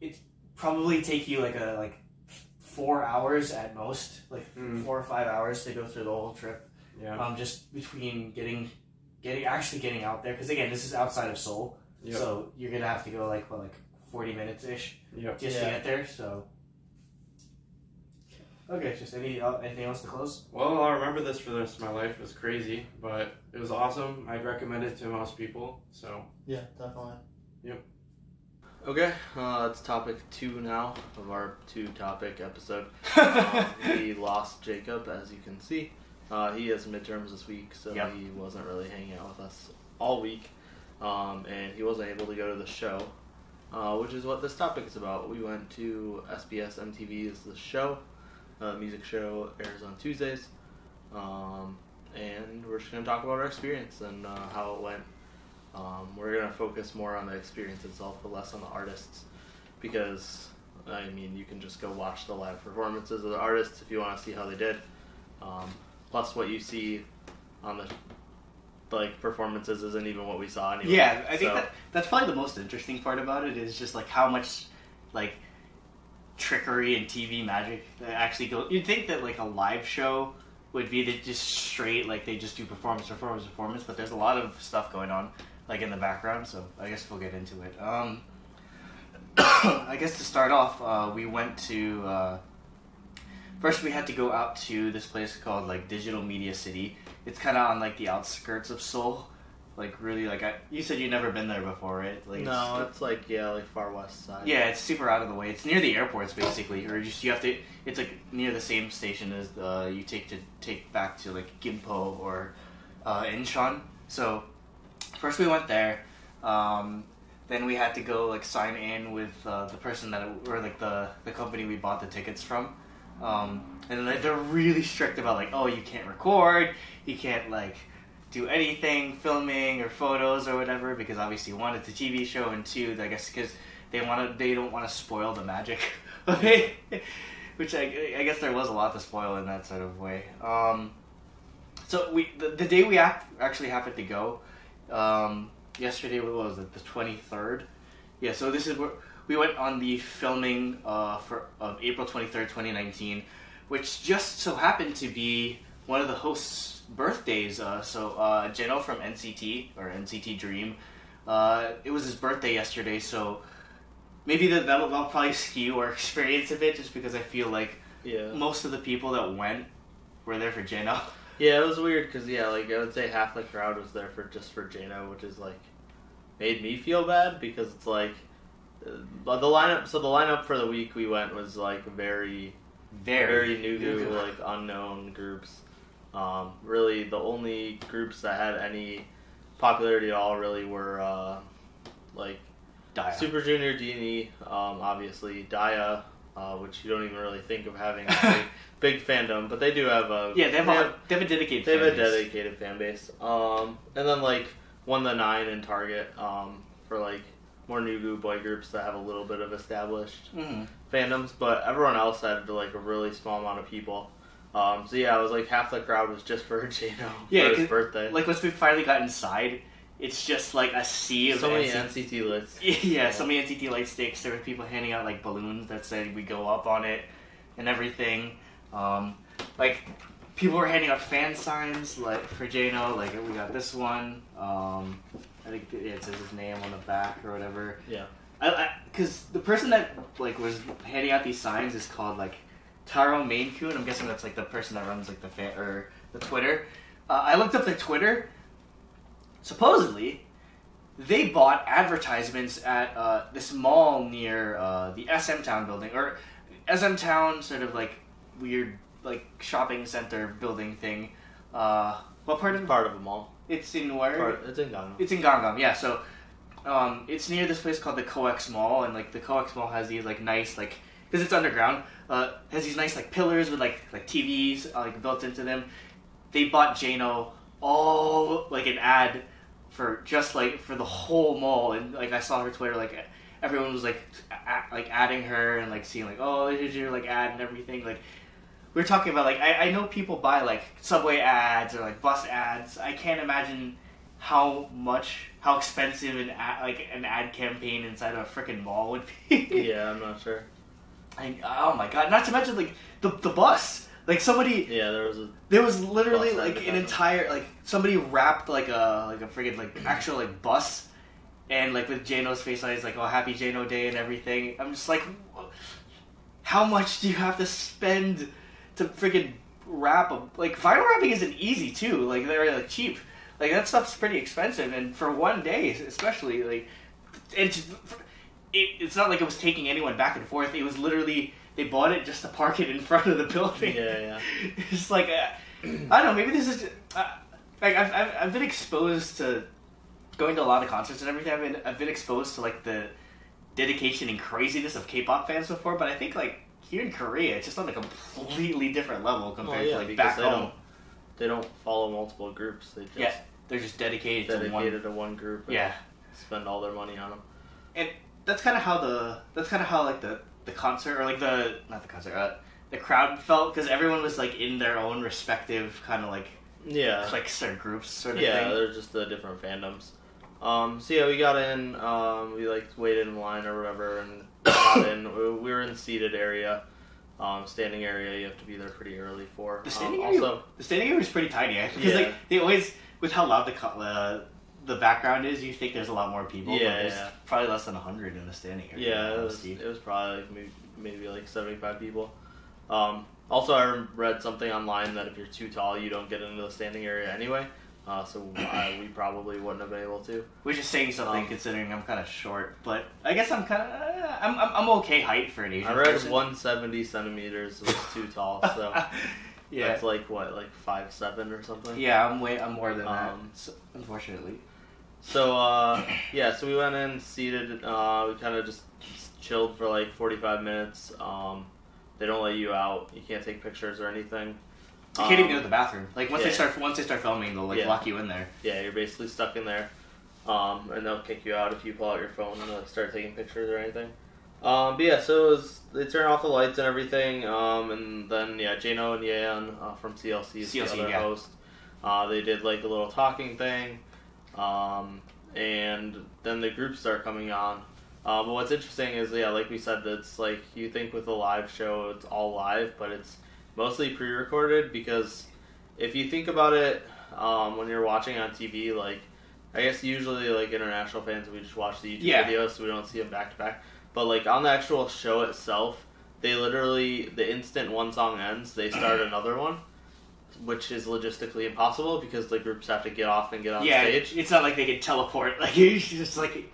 Speaker 2: it's probably take you like a like four hours at most, like
Speaker 1: Mm.
Speaker 2: four or five hours to go through the whole trip.
Speaker 1: Yeah.
Speaker 2: Um, just between getting getting actually getting out there because again, this is outside of Seoul,
Speaker 1: Yep.
Speaker 2: so you're gonna have to go like what like forty minutes ish
Speaker 1: Yep.
Speaker 2: just to
Speaker 4: Yeah.
Speaker 2: get there. So. Okay, just any uh, anything else to close?
Speaker 1: Well, I'll remember this for the rest of my life. It was crazy, but it was awesome. I'd recommend it to most people. So.
Speaker 4: Yeah, definitely.
Speaker 3: Okay, uh, it's topic two now of our two topic episode. Um,
Speaker 4: yeah,
Speaker 3: we lost Jacob, as you can see. Uh, he has midterms this week, so
Speaker 2: Yep.
Speaker 3: he wasn't really hanging out with us all week. Um, and he wasn't able to go to the show, uh, which is what this topic is about. We went to SBS MTV's The Show. Uh, music show airs on Tuesdays. Um, and we're just going to talk about our experience and uh, how it went. Um, we're going to focus more on the experience itself, but less on the artists. Because, I mean, you can just go watch the live performances of the artists if you want to see how they did. Um, plus, what you see on the like performances isn't even what we saw anyway.
Speaker 2: Yeah, I think
Speaker 3: So-
Speaker 2: that, that's probably the most interesting part about it is just like how much like trickery and TV magic that actually go. You'd think that like a live show would be that just straight like they just do performance, performance, performance, but there's a lot of stuff going on like in the background. So I guess we'll get into it. Um, I guess to start off, uh, we went to. Uh, First, we had to go out to this place called like Digital Media City. It's kind of on like the outskirts of Seoul, like really like I, you said you've never been there before, right? Like,
Speaker 3: no,
Speaker 2: it's-
Speaker 3: it's like yeah, like far west side.
Speaker 2: yeah, it's super out of the way. It's near the airports, basically, or just you have to. It's like near the same station as uh, you take to take back to like Gimpo or uh, Incheon. So first we went there. Um, then we had to go like sign in with uh, the person that or like the the company we bought the tickets from. Um, and like, they're really strict about like, oh, you can't record, you can't like do anything, filming or photos or whatever, because obviously one, it's a TV show, and two, I guess because they want to, they don't want to spoil the magic of it. Which I, I guess there was a lot to spoil in that sort of way. Um, so we the, the day we act, actually happened to go, um, yesterday what was it the twenty third? Yeah, so this is where we went on the filming uh, for of April twenty third, twenty nineteen, which just so happened to be one of the hosts' birthdays. Uh, so uh, Jeno from NCT or NCT Dream, uh, it was his birthday yesterday. So maybe that that'll, that'll probably skew our experience a bit, just because I feel like
Speaker 3: Yeah.
Speaker 2: most of the people that went were there for Jeno.
Speaker 3: Yeah, it was weird because yeah, like I would say half the crowd was there for just for Jano, which is like made me feel bad because it's like uh, but the lineup. So the lineup for the week we went was like very very new,
Speaker 1: New.
Speaker 3: like unknown groups. Um, really, the only groups that had any popularity at all really were uh, like
Speaker 2: dire.
Speaker 3: Super Junior, D&E, um, obviously Dia, uh, which you don't even really think of having a big, big fandom, but they do have a
Speaker 2: Yeah, they have,
Speaker 3: they
Speaker 2: a, they have a dedicated.
Speaker 3: they have
Speaker 2: fan
Speaker 3: a
Speaker 2: base.
Speaker 3: dedicated fan base. Um, and then like one the nine and Target um, for like more new goo boy groups that have a little bit of established
Speaker 2: Mhm.
Speaker 3: fandoms, but everyone else had like a really small amount of people. Um, so yeah, I was like half the crowd was just for Jano
Speaker 2: Yeah,
Speaker 3: for
Speaker 2: 'cause-
Speaker 3: his birthday.
Speaker 2: Like once we finally got inside, it's just like a sea of
Speaker 3: so many
Speaker 2: NCT
Speaker 3: NCT lists.
Speaker 2: Yeah, so many NCT light sticks. There were people handing out like balloons that said we go up on it and everything. Um, like people were handing out fan signs like for Jano. Like "Oh, we got this one. Um, I think it it says his name on the back or whatever.
Speaker 3: Yeah.
Speaker 2: I because the person that like was handing out these signs is called like Taro Mainku, and I'm guessing that's like the person that runs like the fan or the Twitter. Uh, I looked up the Twitter. Supposedly, they bought advertisements at uh, this mall near uh, the SM Town building or SM Town sort of like weird like shopping center building thing. Uh, what part of
Speaker 3: Part of them all.
Speaker 2: it's in where?
Speaker 3: Part, it's in Ghana.
Speaker 2: It's in Gangam, yeah. So, um, it's near this place called the Coex Mall, and like the Coex Mall has these like nice like because it's underground, uh, has these nice like pillars with like like TVs uh, like built into them. They bought Jano all like an ad for just like for the whole mall, and like I saw her Twitter like. Everyone was like, a- a- like adding her and like seeing like, oh, here's your like ad and everything. Like, we are talking about like I, I know people buy like subway ads or like bus ads. I can't imagine how much how expensive an ad, like an ad campaign inside of a freaking mall would be.
Speaker 3: Yeah, I'm not sure.
Speaker 2: And, oh my god! Not to mention like the the bus. Like somebody,
Speaker 3: Yeah, there was a
Speaker 2: there was literally
Speaker 3: Bus
Speaker 2: like an
Speaker 3: advertisement.
Speaker 2: entire like somebody wrapped like a like a freaking like actual like bus, and like with Jano's face on, it, he's like, "Oh, happy Jano Day" and everything. I'm just like, wh- how much do you have to spend to freaking wrap a like vinyl wrapping isn't easy too. Like they're like cheap. Like that stuff's pretty expensive, and for one day especially, like, and to, it, it's not like it was taking anyone back and forth. It was literally they bought it just to park it in front of the building.
Speaker 3: Yeah, yeah.
Speaker 2: it's like uh, I don't know. Maybe this is uh, like I've, I've I've been exposed to going to a lot of concerts and everything. I've been I've been exposed to like the dedication and craziness of K-pop fans before, but I think like here in Korea, it's just on a completely different level compared
Speaker 3: Well, Oh, yeah,
Speaker 2: to like
Speaker 3: because
Speaker 2: back
Speaker 3: they
Speaker 2: home.
Speaker 3: don't they don't follow multiple groups. They just
Speaker 2: Yeah, They're just dedicated,
Speaker 3: dedicated
Speaker 2: to one.
Speaker 3: to one group. And
Speaker 2: Yeah,
Speaker 3: spend all their money on them.
Speaker 2: that's kind of how the that's kind of how like the the concert or like the not the concert uh, the crowd felt because everyone was like in their own respective kind of like
Speaker 3: Yeah,
Speaker 2: cliques or groups sort of
Speaker 3: yeah.
Speaker 2: thing.
Speaker 3: They're just the different fandoms. Um, so yeah, we got in. Um, we like waited in line or whatever, and got in. We, we were in seated area, um, standing area. You have to be there pretty early for.
Speaker 2: The standing
Speaker 3: um,
Speaker 2: area-
Speaker 3: Also,
Speaker 2: The stadium area is pretty tiny because
Speaker 3: Yeah.
Speaker 2: like they always with how loud the co- uh, the background is, you think there's a lot more people.
Speaker 3: Yeah,
Speaker 2: but there's
Speaker 3: yeah.
Speaker 2: probably less than hundred in the standing area.
Speaker 3: Yeah, it was,
Speaker 2: honestly.
Speaker 3: it was probably like maybe, maybe like 75 people. Um, also, I read something online that if you're too tall, you don't get into the standing area anyway. Uh, so I, we probably wouldn't have been able to.
Speaker 2: Which is saying something
Speaker 3: Um,
Speaker 2: considering I'm kind of short, but I guess I'm kind of uh, I'm, I'm I'm okay height for an Asian
Speaker 3: I read
Speaker 2: person.
Speaker 3: 170 centimeters was too tall, so
Speaker 2: yeah,
Speaker 3: that's like what, like five seven or something.
Speaker 2: yeah, I'm way I'm more than that.
Speaker 3: Um,
Speaker 2: So, unfortunately,
Speaker 3: So uh, yeah, so we went in seated. Uh, we kind of just chilled for like 45 minutes. Um, they don't let you out. You can't take pictures or anything.
Speaker 2: you can't even
Speaker 3: Um,
Speaker 2: go to the bathroom. Like once they
Speaker 3: yeah.
Speaker 2: start once they start filming, they'll like
Speaker 3: Yeah.
Speaker 2: lock you in there.
Speaker 3: yeah, you're basically stuck in there, um, and they'll kick you out if you pull out your phone and like, start taking pictures or anything. Um, but yeah, so it was, they turn off the lights and everything, um, and then yeah, Jano and Yeon uh, from CLC
Speaker 2: CLC,
Speaker 3: is the other
Speaker 2: yeah.
Speaker 3: host. Uh, they did like a little talking thing, um, and then the groups start coming on. Uh, but what's interesting is yeah, like we said, that's like you think with a live show it's all live, but it's mostly pre-recorded because if you think about it, um, when you're watching on TV, like I guess usually like international fans, we just watch the YouTube
Speaker 2: Yeah.
Speaker 3: videos, so we don't see them back to back. But like on the actual show itself, they literally the instant one song ends, they start another one, which is logistically impossible because the groups have to get off and get on
Speaker 2: yeah,
Speaker 3: stage.
Speaker 2: it's not like they could teleport. Like it's just like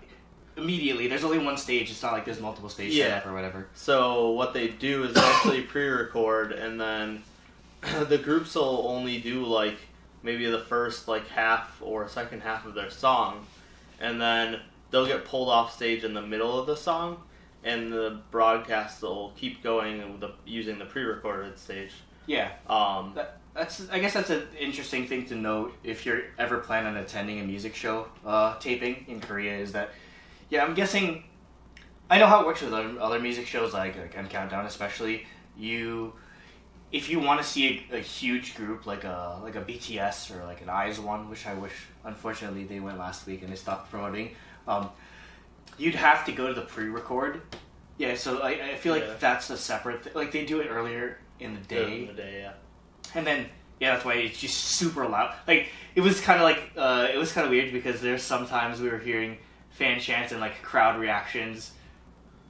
Speaker 2: immediately. There's only one stage. It's not like there's multiple stages
Speaker 3: Yeah.
Speaker 2: set up or whatever.
Speaker 3: So what they do is actually pre-record, and then the groups will only do like maybe the first like half or second half of their song, and then they'll get pulled off stage in the middle of the song, and the broadcast will keep going with the, using the pre-recorded stage.
Speaker 2: Yeah,
Speaker 3: Um,
Speaker 2: that's. I guess that's an interesting thing to note if you're ever planning on attending a music show uh, taping in Korea. Is that yeah? I'm guessing. I know how it works with other, other music shows like like M Countdown, especially you. If you want to see a, a huge group like a like a BTS or like an Eyes one, which I wish unfortunately they went last week and they stopped promoting, um, you'd have to go to the pre-record. Yeah, so I, I feel like
Speaker 3: Yeah.
Speaker 2: that's a separate. Th- like they do it earlier in the day.
Speaker 3: during the day, yeah.
Speaker 2: And then yeah, that's why it's just super loud. Like it was kind of like uh, it was kind of weird because there's sometimes we were hearing fan chants and like crowd reactions,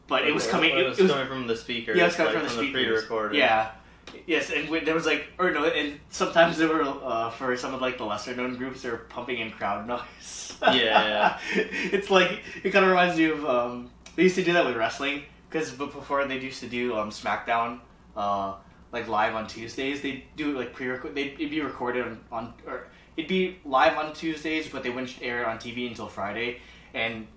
Speaker 2: but it was
Speaker 3: Or-
Speaker 2: coming. It,
Speaker 3: or It,
Speaker 2: it
Speaker 3: was,
Speaker 2: was
Speaker 3: coming from the speakers.
Speaker 2: yeah, it was coming
Speaker 3: like,
Speaker 2: from the speakers.
Speaker 3: pre-recorded.
Speaker 2: yeah. Yes, and when there was like, or no, and sometimes there were uh, for some of like the lesser known groups, they were pumping in crowd noise.
Speaker 3: Yeah.
Speaker 2: it's like it kind of reminds you of um, they used to do that with wrestling because before they used to do um, SmackDown uh, like live on Tuesdays. They do like pre-record. They'd it'd be recorded on, on or it'd be live on Tuesdays, but they wouldn't air it on TV until Friday. And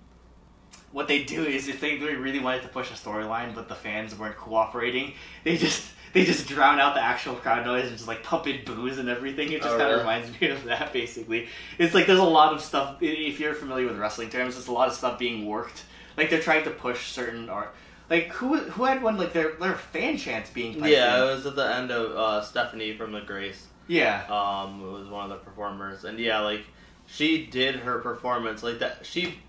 Speaker 2: what they do is if they really really wanted to push a storyline, but the fans weren't cooperating, they just they just drown out the actual crowd noise and just like pump in booze and everything. It just
Speaker 3: Oh,
Speaker 2: kind of
Speaker 3: really?
Speaker 2: reminds me of that basically. It's like there's a lot of stuff. i- If you're familiar with wrestling terms, there's a lot of stuff being worked. Like they're trying to push certain art. Like who who had one like their their fan chants being piped
Speaker 3: Yeah,
Speaker 2: in.
Speaker 3: it was at the end of uh, Stephanie from the Grace.
Speaker 2: yeah.
Speaker 3: um was one of the performers and yeah like she did her performance like that she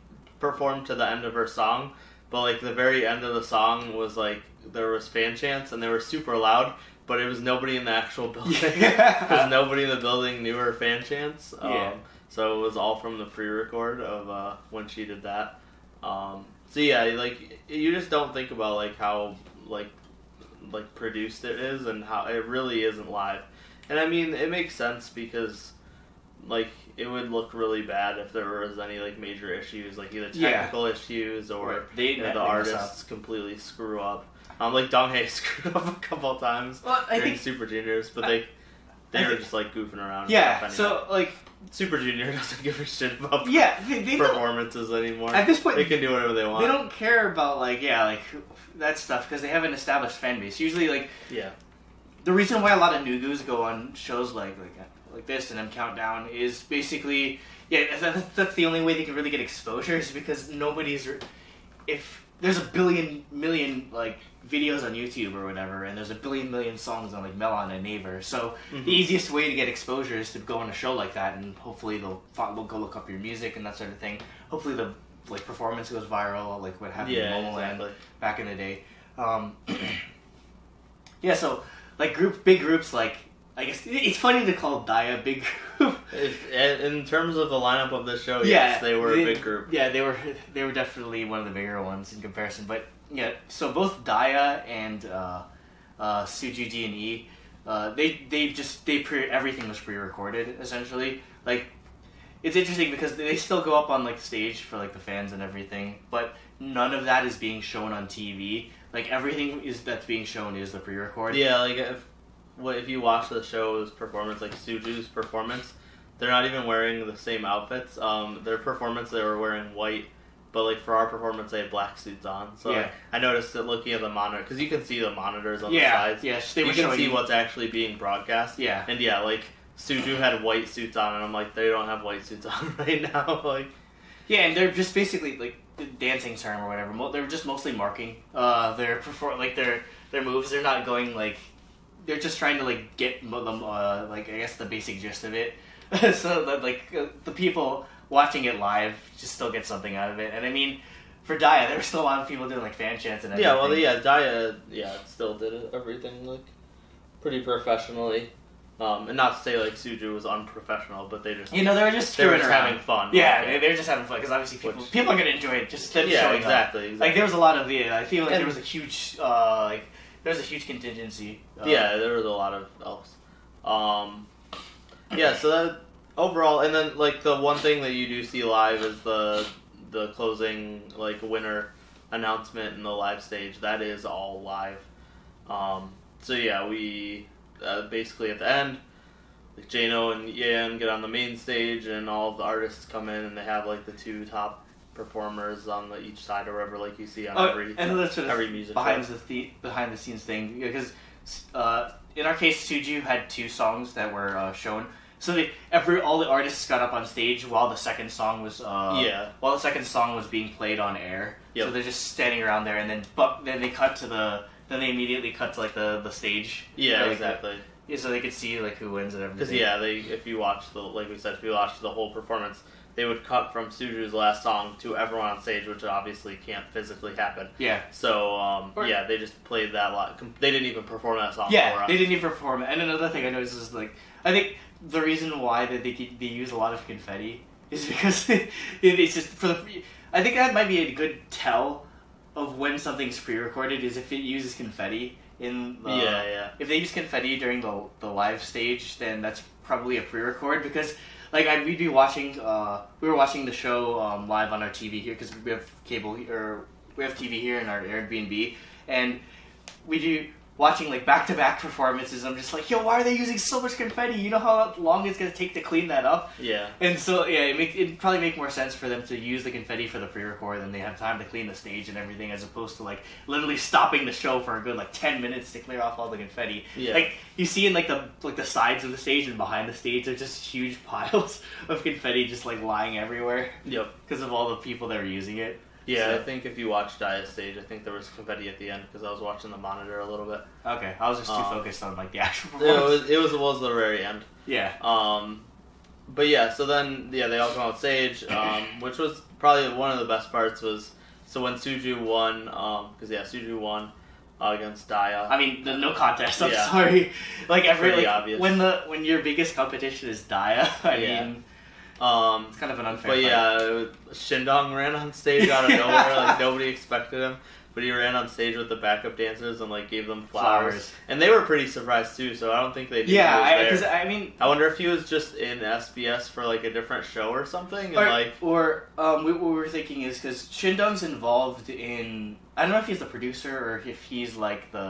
Speaker 3: performed to the end of her song but like the very end of the song was like there was fan chants and they were super loud but it was nobody in the actual building because
Speaker 2: Yeah.
Speaker 3: nobody in the building knew her fan chants um,
Speaker 2: Yeah.
Speaker 3: so it was all from the pre-record of uh, when she did that um, so yeah like you just don't think about like how like like produced it is and how it really isn't live and I mean, it makes sense because, like, it would look really bad if there was any like major issues, like either
Speaker 2: Yeah.
Speaker 3: technical issues or
Speaker 2: they
Speaker 3: you know, the artists completely screw up. Um, like Dong Hae screwed up a couple times
Speaker 2: Well, I
Speaker 3: during
Speaker 2: think
Speaker 3: Super Juniors, but
Speaker 2: I-
Speaker 3: they they
Speaker 2: I
Speaker 3: were
Speaker 2: think-
Speaker 3: just like goofing around. and
Speaker 2: yeah.
Speaker 3: stuff anyway.
Speaker 2: So like
Speaker 3: Super Junior doesn't give a shit about
Speaker 2: yeah, they, they don't,
Speaker 3: performances anymore.
Speaker 2: at this point
Speaker 3: They can do whatever they want.
Speaker 2: they don't care about like yeah like that stuff because they have an established fan base. Usually like
Speaker 3: Yeah,
Speaker 2: the reason why a lot of new goos go on shows like like like this and M Countdown is basically yeah that, that's the only way they can really get exposure is because nobody's re- if there's a billion million like videos on YouTube or whatever and there's a billion million songs on like Melon and Naver so
Speaker 3: Mhm.
Speaker 2: the easiest way to get exposure is to go on a show like that and hopefully they'll, fi- they'll go look up your music and that sort of thing hopefully the like performance goes viral like what happened
Speaker 3: yeah,
Speaker 2: in Momoland
Speaker 3: exactly.
Speaker 2: back in the day. Um, yeah, so like group, big groups like I guess it- it's funny to call Dia a big group.
Speaker 3: If, in terms of the lineup of this
Speaker 2: Yeah,
Speaker 3: show, Oh, yes, they were a
Speaker 2: they-
Speaker 3: big group.
Speaker 2: Yeah, they were they were definitely one of the bigger ones in comparison. But yeah, so both Dia and uh, uh, Suju D and E, uh, they they just they pre everything was pre-recorded essentially. Like it's interesting because they still go up on like stage for like the fans and everything, but none of that is being shown on TV. Like everything is that's being shown is the pre-recorded.
Speaker 3: Yeah, like if what if you watch the show's performance, like Suju's performance, they're not even wearing the same outfits. Um, their performance they were wearing white, but like for our performance they had black suits on. So like,
Speaker 2: Yeah.
Speaker 3: I noticed that looking at the monitor because you can see the monitors on the
Speaker 2: yeah,
Speaker 3: sides.
Speaker 2: yes, they
Speaker 3: you
Speaker 2: were
Speaker 3: can
Speaker 2: showing.
Speaker 3: see what's actually being broadcast.
Speaker 2: yeah,
Speaker 3: And yeah, like Suju had white suits on, and I'm like, they don't have white suits on right now. like
Speaker 2: yeah, and they're just basically like the dancing term or whatever. Mo- they're just mostly marking uh, their perform like their their moves. They're not going like they're just trying to like get mo- them uh, like I guess the basic gist of it, so that like uh, the people watching it live just still get something out of it. And I mean, for Dia, there were still a lot of people doing like fan chants and everything.
Speaker 3: yeah, well yeah, Daya yeah still did it, everything like pretty professionally. Um, and not to say like Suju was unprofessional, but they just
Speaker 2: You know, they were just
Speaker 3: they were
Speaker 2: screwing
Speaker 3: just
Speaker 2: around.
Speaker 3: having fun.
Speaker 2: yeah,
Speaker 3: Like,
Speaker 2: they, they're just having fun because obviously people
Speaker 3: Which-
Speaker 2: people are gonna enjoy it. Just them
Speaker 3: yeah,
Speaker 2: showing up.
Speaker 3: exactly. exactly.
Speaker 2: Like there was a lot of the. I feel like
Speaker 3: And-
Speaker 2: there was a huge uh, like there was a huge contingency. Uh,
Speaker 3: yeah, there was a lot of elves. Um, yeah, so that overall, and then like the one thing that you do see live is the the closing like winner announcement and the live stage. That is all live. Um, so yeah, we uh, basically at the end, like Jano and Yan get on the main stage, and all of the artists come in, and they have like the two top performers on the each side or whatever, like you see on
Speaker 2: Oh,
Speaker 3: every
Speaker 2: and that's sort of
Speaker 3: every music.
Speaker 2: behind
Speaker 3: show.
Speaker 2: the, the behind the scenes thing because uh, in our case Suju had two songs that were uh, shown so they, every all the artists got up on stage while the second song was uh,
Speaker 3: yeah,
Speaker 2: while the second song was being played on air so
Speaker 3: Yep.
Speaker 2: they're just standing around there and then but then they cut to the then they immediately cut to like the, the stage
Speaker 3: yeah,
Speaker 2: like,
Speaker 3: exactly.
Speaker 2: yeah, so they could see like who wins and
Speaker 3: Because
Speaker 2: everything
Speaker 3: yeah, they if you watch the like we said, if you watch the whole performance, they would cut from Suju's last song to everyone on stage, which obviously can't physically happen.
Speaker 2: yeah
Speaker 3: So um,
Speaker 2: Or-
Speaker 3: yeah, they just played that lot. com- They didn't even perform that song. for
Speaker 2: Yeah,
Speaker 3: us.
Speaker 2: they didn't even perform. it. And another thing I noticed is like I think the reason why that they could- they use a lot of confetti is because it- it's just for the. I think that might be a good tell of when something's pre-recorded is if it uses confetti in uh, the.
Speaker 3: Uh, yeah, yeah,
Speaker 2: If they use confetti during the the live stage, then that's probably a pre-record because. Like I, we'd be watching, uh, we were watching the show um, live on our TV here because we have cable he- or we have TV here in our Airbnb, and we do watching like back to back performances. I'm just like, yo, why are they using so much confetti? You know how long it's gonna take to clean that up.
Speaker 3: yeah.
Speaker 2: And so yeah, it make it probably make more sense for them to use the confetti for the pre record, and they have time to clean the stage and everything, as opposed to like literally stopping the show for a good like ten minutes to clear off all the confetti.
Speaker 3: Yeah.
Speaker 2: Like you see in like the like the sides of the stage and behind the stage, there's just huge piles of confetti just like lying everywhere
Speaker 3: Yep.
Speaker 2: because of all the people that are using it. So-
Speaker 3: Yeah, I think if you watch Dia stage, I think there was confetti at the end because I was watching the monitor a little bit.
Speaker 2: Okay, I was just too
Speaker 3: Um,
Speaker 2: focused on like the actual
Speaker 3: It
Speaker 2: performance.
Speaker 3: was it was, it was the very end.
Speaker 2: yeah.
Speaker 3: Um, but yeah, so then yeah, they all come on stage, um, which was probably one of the best parts was so when Suju won, because yeah, Suju won uh, against Daya.
Speaker 2: I mean, the no contest. I'm
Speaker 3: Yeah.
Speaker 2: sorry. Like every
Speaker 3: Pretty
Speaker 2: like,
Speaker 3: obvious.
Speaker 2: when the when your biggest competition is Dia. I
Speaker 3: Yeah.
Speaker 2: mean,
Speaker 3: Um,
Speaker 2: it's kind of an unfair.
Speaker 3: but
Speaker 2: fight.
Speaker 3: yeah, it was- Shindong ran on stage out of
Speaker 2: Yeah.
Speaker 3: nowhere, like nobody expected him. But he ran on stage with the backup dancers and like gave them flowers,
Speaker 2: flowers.
Speaker 3: and they were pretty surprised too. So I don't think they knew
Speaker 2: Yeah,
Speaker 3: he was
Speaker 2: because
Speaker 3: there.
Speaker 2: I, mean,
Speaker 3: I wonder if he was just in SBS for like a different show or something, and
Speaker 2: or,
Speaker 3: like
Speaker 2: or um, we, what we were thinking is because Shindong's involved in. I don't know if he's the producer or if he's like the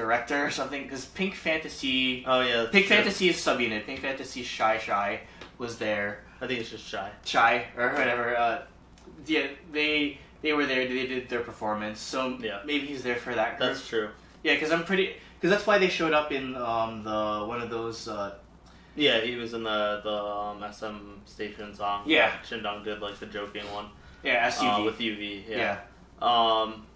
Speaker 2: director or something. Because Pink Fantasy,
Speaker 3: oh yeah, that's
Speaker 2: Pink
Speaker 3: true.
Speaker 2: Fantasy is subunit. Pink Fantasy Shy Shy was there.
Speaker 3: I think it's just shy.
Speaker 2: Chai or whatever. Uh, yeah, they they were there. They did their performance. So
Speaker 3: Yeah.
Speaker 2: maybe he's there for that. Group.
Speaker 3: That's true.
Speaker 2: yeah, because I'm pretty. Because that's why they showed up in um, the one of those. Uh,
Speaker 3: Yeah, he was in the the um, SM station song.
Speaker 2: Yeah.
Speaker 3: Shindong did like the joking one
Speaker 2: yeah,
Speaker 3: uh,
Speaker 2: SUV.
Speaker 3: with UV.
Speaker 2: yeah.
Speaker 3: Yeah. Um,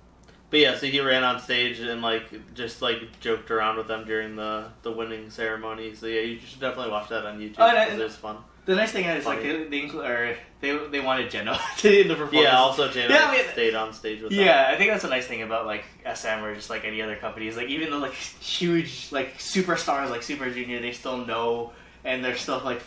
Speaker 3: but yeah, so he ran on stage and like just like joked around with them during the the winning ceremony. So yeah, you should definitely watch that on YouTube
Speaker 2: Oh, and I-
Speaker 3: because it was fun.
Speaker 2: The nice thing is like they they, inclu- or they they wanted Jenna to in the performance.
Speaker 3: Yeah, also Jada
Speaker 2: Yeah, I mean-
Speaker 3: stayed on stage with them.
Speaker 2: Yeah, I think that's a nice thing about like SM or just like any other companies. Like even though like huge like superstars like Super Junior, they still know and they're still like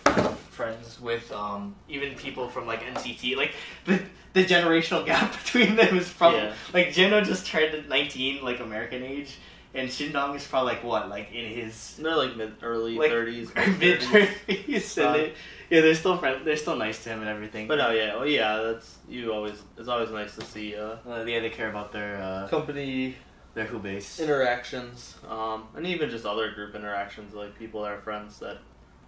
Speaker 2: friends with um even people from like NCT. Like the the generational gap between them is probably
Speaker 3: Yeah.
Speaker 2: like Jeno just turned nineteen, like American age, and Shindong is probably like what like in his
Speaker 3: They're like mid early
Speaker 2: Like,
Speaker 3: thirties.
Speaker 2: mid thirties, and
Speaker 3: Uh,
Speaker 2: they, yeah, they're still friend, they're still nice to him and everything.
Speaker 3: But no, yeah, oh yeah, that's you always. It's always nice to see uh,
Speaker 2: uh, yeah, they care about their uh,
Speaker 3: company
Speaker 2: their who base.
Speaker 3: interactions, um, and even just other group interactions, like people that are friends that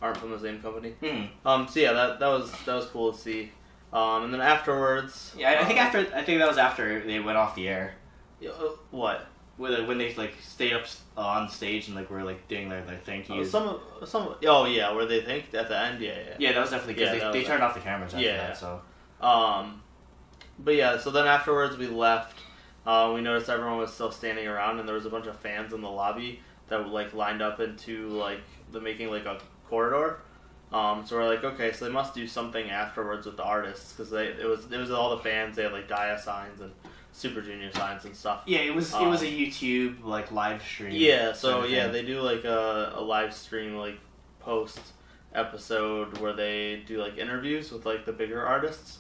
Speaker 3: aren't from the same company.
Speaker 2: Hmm.
Speaker 3: Um, so yeah, that that was that was cool to see. Um, and then afterwards,
Speaker 2: Yeah, I- I think
Speaker 3: um,
Speaker 2: after I think that was after they went off the air. uh,
Speaker 3: yeah, uh, what
Speaker 2: When when they like stayed up s- uh, on stage and like were like doing their, their thank
Speaker 3: Oh,
Speaker 2: yous.
Speaker 3: some of- some of- oh yeah, where they think at the end, yeah, yeah.
Speaker 2: yeah, that was definitely because
Speaker 3: Yeah, that
Speaker 2: they, they
Speaker 3: was-
Speaker 2: turned off the cameras after
Speaker 3: Yeah, yeah.
Speaker 2: that. So
Speaker 3: Um, but yeah, so then afterwards we left. Uh, we noticed everyone was still standing around, and there was a bunch of fans in the lobby that like lined up into like the making like a corridor. Um, so we're like, okay, so they must do something afterwards with the artists because they it was it was all the fans. They had like dia signs and Super Junior signs and stuff.
Speaker 2: Yeah, it was it was a YouTube like live stream.
Speaker 3: Um, Yeah,
Speaker 2: sort
Speaker 3: so
Speaker 2: of
Speaker 3: yeah,
Speaker 2: thing.
Speaker 3: they do like a, a live stream like post episode where they do like interviews with like the bigger artists.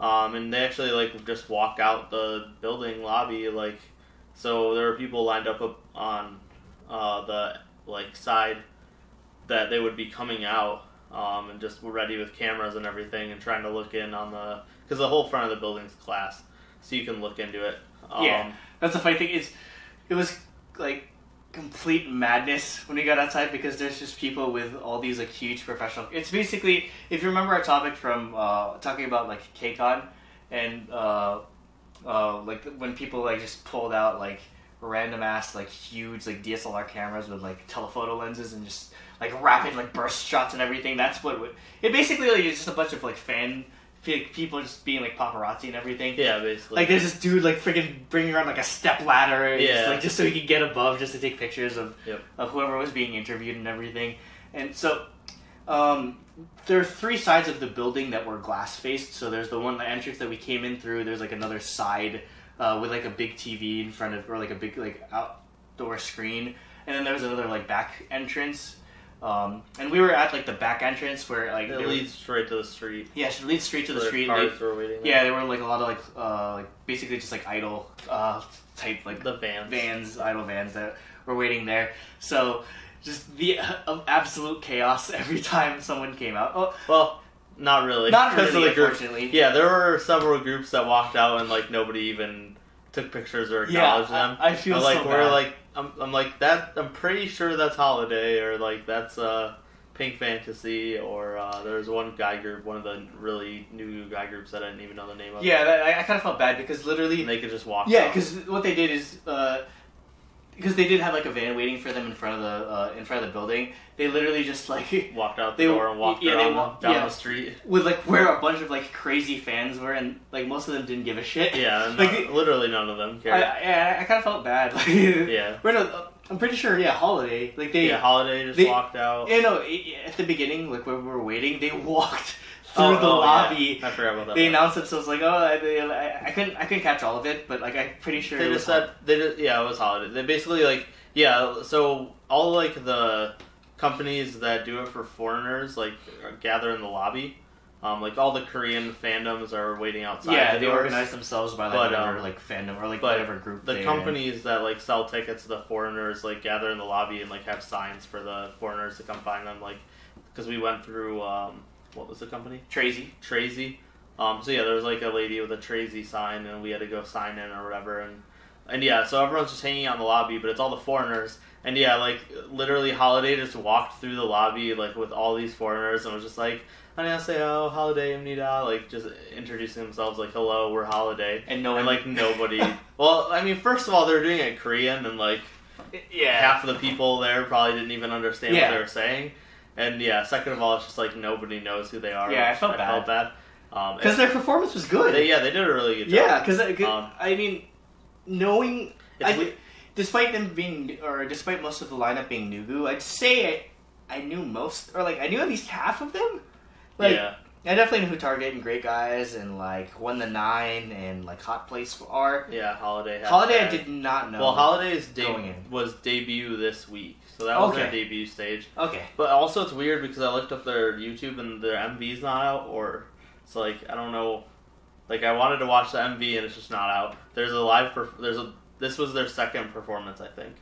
Speaker 3: Um, and they actually like just walk out the building lobby like so there were people lined up, up on uh, the like side that they would be coming out um, and just were ready with cameras and everything and trying to look in on the because the whole front of the building's glass so you can look into it. Um,
Speaker 2: Yeah. That's the funny thing is, it was like complete madness when we got outside because there's just people with all these like huge professional. It's basically if you remember our topic from uh, talking about like KCON and uh, uh, like when people like just pulled out like random ass like huge like DSLR cameras with like telephoto lenses and just like rapid like burst shots and everything. That's what would, it basically like is just a bunch of like fan people just being like paparazzi and everything.
Speaker 3: Yeah, basically.
Speaker 2: Like there's this dude like freaking bringing around like a step ladder, and just,
Speaker 3: Yeah.
Speaker 2: like just so he could get above, just to take pictures of
Speaker 3: Yep.
Speaker 2: of whoever was being interviewed and everything. And so, um, there are three sides of the building that were glass faced. So there's the one the entrance that we came in through. There's like another side uh, with like a big TV in front of, or like a big like outdoor screen, and then there was another like back entrance. Um, and we were at like the back entrance where like
Speaker 3: it
Speaker 2: there-
Speaker 3: leads straight to the street.
Speaker 2: yeah, it leads straight to the
Speaker 3: Their
Speaker 2: street. lead-
Speaker 3: Cars were waiting.
Speaker 2: yeah, there were like a lot of like uh like basically just like idle uh type like
Speaker 3: there. the vans.
Speaker 2: vans, idle vans that were waiting there. So just the uh, of absolute chaos every time someone came out. Oh,
Speaker 3: Well, not really.
Speaker 2: not
Speaker 3: 'cause of
Speaker 2: really,
Speaker 3: the group.
Speaker 2: unfortunately.
Speaker 3: Yeah, there were several groups that walked out and like nobody even took pictures or
Speaker 2: Yeah,
Speaker 3: acknowledged them.
Speaker 2: I, I feel
Speaker 3: But, like
Speaker 2: so
Speaker 3: we're
Speaker 2: bad.
Speaker 3: like I'm, I'm like that I'm pretty sure that's holiday or like that's uh Pink Fantasy or uh there's one guy group, one of the really new guy groups that I didn't even know the name of.
Speaker 2: yeah, that, I, I kind of felt bad because literally
Speaker 3: And they could just walk
Speaker 2: Yeah,
Speaker 3: out.
Speaker 2: because what they did is because they did have like a van waiting for them in front of the uh, in front of the building. They literally just like
Speaker 3: walked out the
Speaker 2: they-
Speaker 3: door and walked
Speaker 2: yeah, they
Speaker 3: around
Speaker 2: walked-
Speaker 3: down
Speaker 2: yeah.
Speaker 3: the street.
Speaker 2: with like where a bunch of like crazy fans were, and like most of them didn't give a shit.
Speaker 3: Yeah, and
Speaker 2: Like,
Speaker 3: not- literally none of them
Speaker 2: I,
Speaker 3: cared.
Speaker 2: I, I kind of felt bad. Like,
Speaker 3: yeah.
Speaker 2: we're no, I'm pretty sure. Yeah, holiday. Like they
Speaker 3: yeah, Holiday just
Speaker 2: they-
Speaker 3: walked out.
Speaker 2: Yeah, no. i- At the beginning, like when we were waiting, they walked through
Speaker 3: Oh,
Speaker 2: the
Speaker 3: oh, yeah.
Speaker 2: lobby.
Speaker 3: I forgot about that.
Speaker 2: They
Speaker 3: one.
Speaker 2: announced themselves like, oh, I, I, I couldn't, I couldn't catch all of it, but like I'm pretty sure it
Speaker 3: They
Speaker 2: was
Speaker 3: just said they just, yeah, it was holiday. They basically like yeah, so all like the companies that do it for foreigners like gather in the lobby. Um, like all the Korean fandoms are waiting outside.
Speaker 2: yeah,
Speaker 3: the
Speaker 2: they
Speaker 3: doors.
Speaker 2: organized themselves by like
Speaker 3: But,
Speaker 2: whatever,
Speaker 3: um,
Speaker 2: like fandom or like
Speaker 3: but
Speaker 2: whatever group.
Speaker 3: The
Speaker 2: they're in.
Speaker 3: companies that like sell tickets to the foreigners like gather in the lobby and like have signs for the foreigners to come find them. Like because we went through um, what was the company?
Speaker 2: Trazy.
Speaker 3: Trazy. Um, so yeah, there was like a lady with a Trazy sign, and we had to go sign in or whatever, and and yeah, so everyone's just hanging out in the lobby, but it's all the foreigners, and yeah, like literally, Holiday just walked through the lobby like with all these foreigners, and was just like, "안녕하세요, Holiday 입니다," like just introducing themselves, like, "Hello, we're Holiday,"
Speaker 2: And no one
Speaker 3: and like nobody. well, I mean, first of all, they were doing it in Korean, and like
Speaker 2: yeah,
Speaker 3: half of the people there probably didn't even understand
Speaker 2: Yeah.
Speaker 3: what they were saying. And yeah, second of all, it's just like nobody knows who they are.
Speaker 2: Yeah, I
Speaker 3: which
Speaker 2: felt
Speaker 3: felt bad. Um,
Speaker 2: because their performance was good.
Speaker 3: and they, yeah, they did a really good job.
Speaker 2: yeah, because
Speaker 3: Um,
Speaker 2: I mean, knowing
Speaker 3: It's
Speaker 2: I,
Speaker 3: we-
Speaker 2: despite them being, or despite most of the lineup being Nugu, I'd say I, I knew most, or like I knew at least half of them. Like
Speaker 3: yeah,
Speaker 2: I definitely knew who Target and Great Guys and like One the Nine and like Hot Place are.
Speaker 3: yeah, Holiday. had
Speaker 2: Holiday I
Speaker 3: that.
Speaker 2: did not know.
Speaker 3: Well, Holiday's
Speaker 2: Going
Speaker 3: de-
Speaker 2: in.
Speaker 3: was debut this week, so that was their
Speaker 2: Okay.
Speaker 3: debut stage.
Speaker 2: okay,
Speaker 3: But also, it's weird because I looked up their YouTube and their MV's not out, or so like I don't know. Like I wanted to watch the MV and it's just not out. There's a live. Perf- there's a. This was their second performance, I think.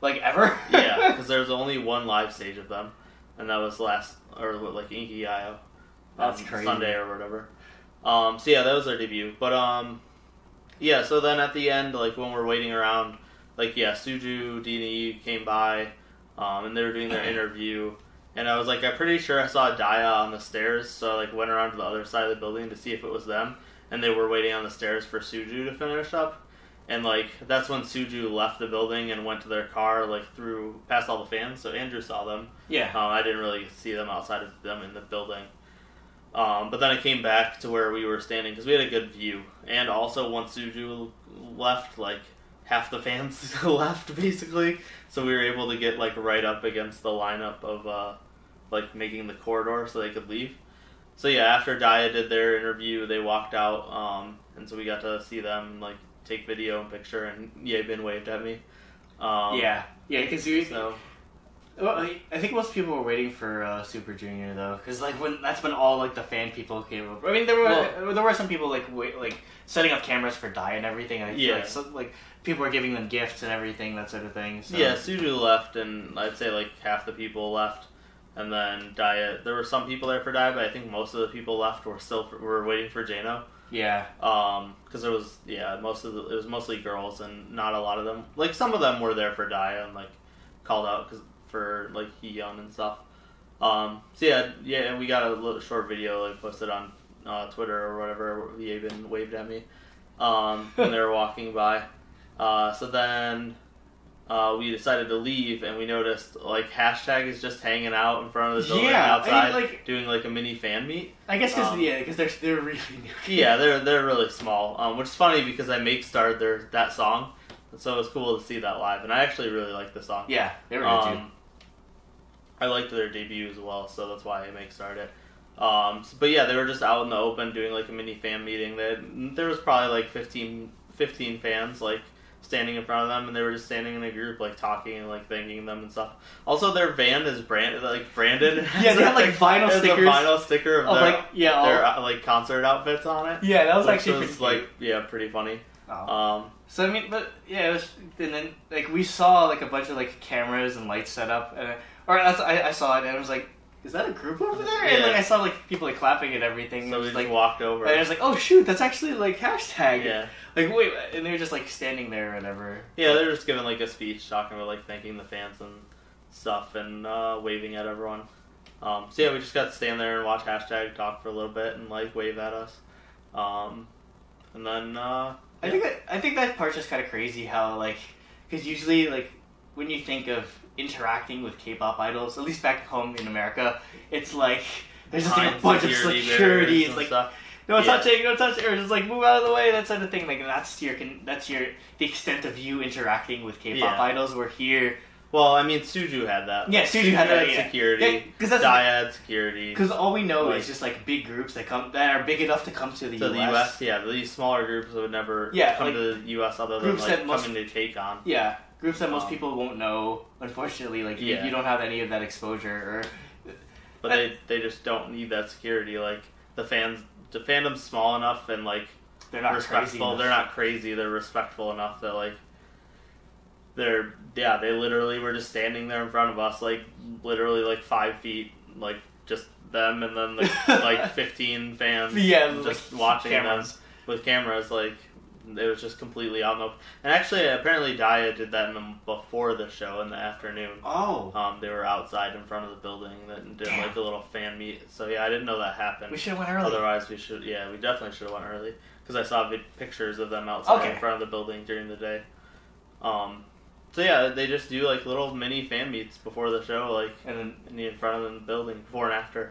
Speaker 2: like ever.
Speaker 3: yeah, because there's only one live stage of them, and that was last or like Inky Io.
Speaker 2: That's
Speaker 3: on
Speaker 2: crazy.
Speaker 3: Sunday or whatever. Um, so yeah, that was their debut. But um, yeah. So then at the end, like when we're waiting around, like yeah, Suju Dini came by, um, and they were doing their interview. And I was like, I'm pretty sure I saw Daya on the stairs, so I like went around to the other side of the building to see if it was them. And they were waiting on the stairs for Suju to finish up and like that's when Suju left the building and went to their car, like through past all the fans. So Andrew saw them.
Speaker 2: yeah,
Speaker 3: Um, I didn't really see them outside of them in the building. Um, but then I came back to where we were standing because we had a good view, and also once Suju left, like half the fans left basically. So we were able to get like right up against the lineup of uh, like making the corridor so they could leave. So yeah, after Daya did their interview, they walked out, um, and so we got to see them like take video and picture, and Ye Bin waved at me. Um,
Speaker 2: yeah, yeah, because you.
Speaker 3: So
Speaker 2: Well, I I think most people were waiting for uh, Super Junior though, because like when that's when all like the fan people came over. I mean, there were uh,
Speaker 3: Well-
Speaker 2: there were some people like wait, like setting up cameras for die and everything. Like,
Speaker 3: Yeah.
Speaker 2: like, so, like people were giving them gifts and everything, that sort of thing. So.
Speaker 3: yeah, Suju left, and I'd say like half the people left, and then Diet. There were some people there for Diet, but I think most of the people left were still were waiting for Jano.
Speaker 2: yeah,
Speaker 3: Um, 'cause because there was yeah most of the, it was mostly girls and not a lot of them like some of them were there for Dia and like called out 'cause- for like Hyun and stuff um so yeah yeah and we got a little short video like posted on uh, Twitter or whatever Yabin waved at me um when they were walking by uh so then uh we decided to leave and we noticed like hashtag is just hanging out in front of the building
Speaker 2: Yeah, I mean,
Speaker 3: outside
Speaker 2: like-
Speaker 3: doing like a mini fan meet
Speaker 2: I guess because
Speaker 3: Um,
Speaker 2: yeah, because they're they're really new.
Speaker 3: yeah, they're they're really small. Um, which is funny because I make started their that song, and so it was cool to see that live. And I actually really like the song.
Speaker 2: yeah, they were new too.
Speaker 3: Um, I liked their debut as well, so that's why I make started. Um, s- but yeah, they were just out in the open doing like a mini fan meeting. They, there was probably like 15, 15 fans like standing in front of them, and they were just standing in a group like talking and like thanking them and stuff. Also, their van is brand like branded.
Speaker 2: Yeah, they had like vinyl
Speaker 3: It's a
Speaker 2: stickers.
Speaker 3: vinyl sticker of
Speaker 2: of,
Speaker 3: their,
Speaker 2: like yeah, all-
Speaker 3: their uh, like concert outfits on it.
Speaker 2: yeah, that was
Speaker 3: Which
Speaker 2: actually
Speaker 3: was,
Speaker 2: pretty
Speaker 3: like
Speaker 2: cute.
Speaker 3: yeah, pretty funny.
Speaker 2: Oh.
Speaker 3: Um,
Speaker 2: So I mean, but yeah, it was, and then like we saw like a bunch of like cameras and lights set up, and or that's, I, I saw it and I was like, is that a group over there? And like
Speaker 3: Yeah.
Speaker 2: I saw like people like clapping and everything. and
Speaker 3: so we
Speaker 2: just,
Speaker 3: just
Speaker 2: like
Speaker 3: walked over.
Speaker 2: and I was like, oh shoot, that's actually like hashtag.
Speaker 3: yeah,
Speaker 2: Like wait, and they were just like standing there or whatever.
Speaker 3: yeah, they were just giving like a speech, talking about like thanking the fans and stuff, and uh, waving at everyone. Um, so yeah, we just got to stand there and watch hashtag talk for a little bit and like wave at us, um, and then uh,
Speaker 2: I think that I think that part's just kind of crazy how like because usually like when you think of interacting with K-pop idols, at least back home in America, it's like there's just like a
Speaker 3: behind
Speaker 2: bunch of
Speaker 3: security barriers
Speaker 2: security. It's
Speaker 3: and
Speaker 2: like
Speaker 3: stuff.
Speaker 2: No
Speaker 3: Yeah.
Speaker 2: touching, no touching, or just like move out of the way, that sort of thing. Like that's your con- that's your the extent of you interacting with K-pop
Speaker 3: Yeah.
Speaker 2: idols. We're here,
Speaker 3: Well, I mean, Suju had that.
Speaker 2: Yeah, Suju had that, yeah.
Speaker 3: security.
Speaker 2: because
Speaker 3: Yeah,
Speaker 2: that's
Speaker 3: had security.
Speaker 2: because all we know
Speaker 3: Like-
Speaker 2: is just like big groups that come that are big enough to come to the,
Speaker 3: to
Speaker 2: US.
Speaker 3: the U.S. Yeah, these smaller groups would never
Speaker 2: Yeah,
Speaker 3: come
Speaker 2: like,
Speaker 3: to the U.S. other than
Speaker 2: groups
Speaker 3: like
Speaker 2: that
Speaker 3: coming
Speaker 2: most-
Speaker 3: to take on.
Speaker 2: Yeah, groups that most
Speaker 3: Um,
Speaker 2: people won't know. Unfortunately, like you,
Speaker 3: Yeah.
Speaker 2: you don't have any of that exposure.
Speaker 3: but they they just don't need that security. Like the fans, the fandom's small enough and like
Speaker 2: Or they're not crazy.
Speaker 3: respectful.
Speaker 2: enough.
Speaker 3: They're not crazy. They're respectful enough that like they're yeah. They literally were just standing there in front of us, like literally like five feet, like just them and then like, like fifteen fans,
Speaker 2: yeah,
Speaker 3: just
Speaker 2: like,
Speaker 3: watching them
Speaker 2: cameras.
Speaker 3: with cameras, like. It was just completely out in the open. And actually, apparently, Daya did that in the, before the show in the afternoon.
Speaker 2: Oh,
Speaker 3: Um, they were outside in front of the building that did
Speaker 2: Damn.
Speaker 3: like a little fan meet. So yeah, I didn't know that happened.
Speaker 2: we should have went early.
Speaker 3: Otherwise, we should yeah, we definitely should have went early because I saw vid- pictures of them outside in
Speaker 2: Okay.
Speaker 3: front of the building during the day. Um, so yeah, they just do like little mini fan meets before the show, like
Speaker 2: And then
Speaker 3: in the in front of the building before and after.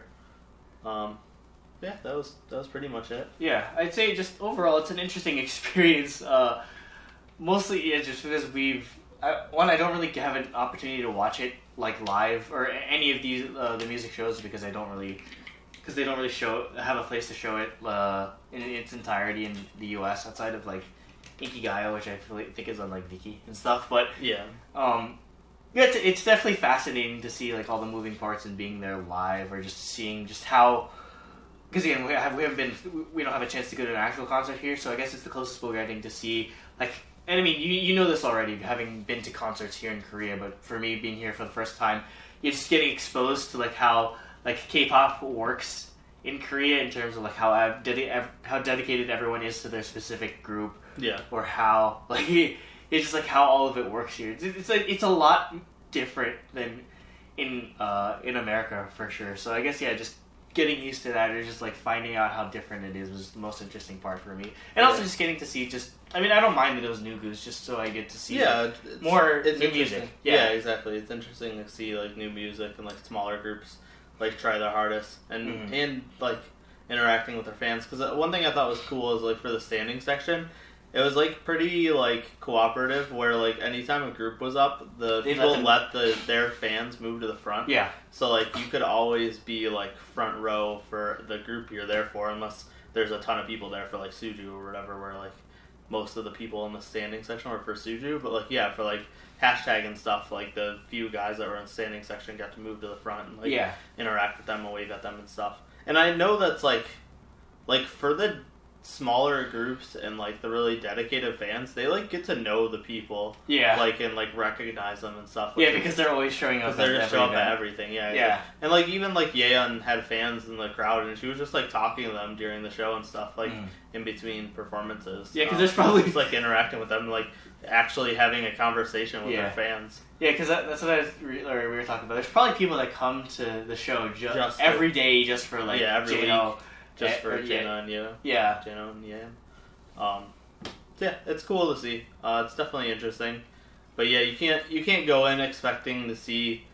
Speaker 3: Um, yeah, that was that was pretty much it.
Speaker 2: Yeah, I'd say just overall, it's an interesting experience. Uh, mostly, yeah, just because we've I, one, I don't really have an opportunity to watch it like live or a- any of these uh, the music shows because I don't really because they don't really show have a place to show it uh, in its entirety in the U.S. outside of like Ikigayo, which I feel- think is on like Viki and stuff. But
Speaker 3: Yeah,
Speaker 2: um, yeah, it's, it's definitely fascinating to see like all the moving parts and being there live, or just seeing just how. Because again, we have we haven't been we don't have a chance to go to an actual concert here, so I guess it's the closest we're getting to see like. And I mean, you you know this already, having been to concerts here in Korea, but for me being here for the first time, you're just getting exposed to like how like K-pop works in Korea in terms of like how I've dedi- ev- how dedicated everyone is to their specific group
Speaker 3: yeah,
Speaker 2: or how like it's just like how all of it works here. It's, it's like it's a lot different than in uh, in America for sure. So I guess yeah, just getting used to that or just like finding out how different it is was the most interesting part for me, and also
Speaker 3: Yeah.
Speaker 2: just getting to see just I mean I don't mind that it was new goose just so I get to see
Speaker 3: yeah. it's-
Speaker 2: more
Speaker 3: it's
Speaker 2: new
Speaker 3: interesting.
Speaker 2: music.
Speaker 3: Yeah.
Speaker 2: Yeah.
Speaker 3: exactly. It's interesting to see like new music and like smaller groups like try their hardest and
Speaker 2: Mhm.
Speaker 3: and like interacting with their fans. Because one thing I thought was cool is like for the standing section, it was like pretty like cooperative where like anytime a group was up, the
Speaker 2: They let
Speaker 3: people
Speaker 2: them-
Speaker 3: let the their fans move to the front.
Speaker 2: yeah
Speaker 3: So like you could always be like front row for the group you're there for, unless there's a ton of people there for like Suju or whatever, where like most of the people in the standing section were for Suju, but like yeah, for like hashtag and stuff, like the few guys that were in the standing section got to move to the front and like
Speaker 2: yeah,
Speaker 3: interact with them and wave at them and stuff. And I know that's like, like for the smaller groups and like the really dedicated fans, they like get to know the people,
Speaker 2: yeah,
Speaker 3: like and like recognize them and stuff. which
Speaker 2: yeah,
Speaker 3: is-
Speaker 2: because they're always showing up.
Speaker 3: because they're
Speaker 2: at
Speaker 3: just
Speaker 2: every
Speaker 3: show up at
Speaker 2: event.
Speaker 3: everything. Yeah,
Speaker 2: Yeah,
Speaker 3: And like even like Yeon had fans in the crowd, and she was just like talking to them during the show and stuff, like
Speaker 2: Mm.
Speaker 3: in between performances.
Speaker 2: Yeah, 'cause
Speaker 3: Um,
Speaker 2: there's probably-
Speaker 3: just like interacting with them, like actually having a conversation with
Speaker 2: Yeah.
Speaker 3: their fans.
Speaker 2: Yeah, because that, that's what I was re- or we were talking about. There's probably people that come to the show ju-
Speaker 3: Just for-
Speaker 2: every day just for like
Speaker 3: Yeah, every
Speaker 2: J-Lo.
Speaker 3: Just
Speaker 2: Eh,
Speaker 3: for
Speaker 2: or Ye-
Speaker 3: Jana and Yeon,
Speaker 2: Yeah,
Speaker 3: Jana and Yeon. Um, yeah, it's cool to see. Uh, it's definitely interesting, but yeah, you can't you can't go in expecting to see.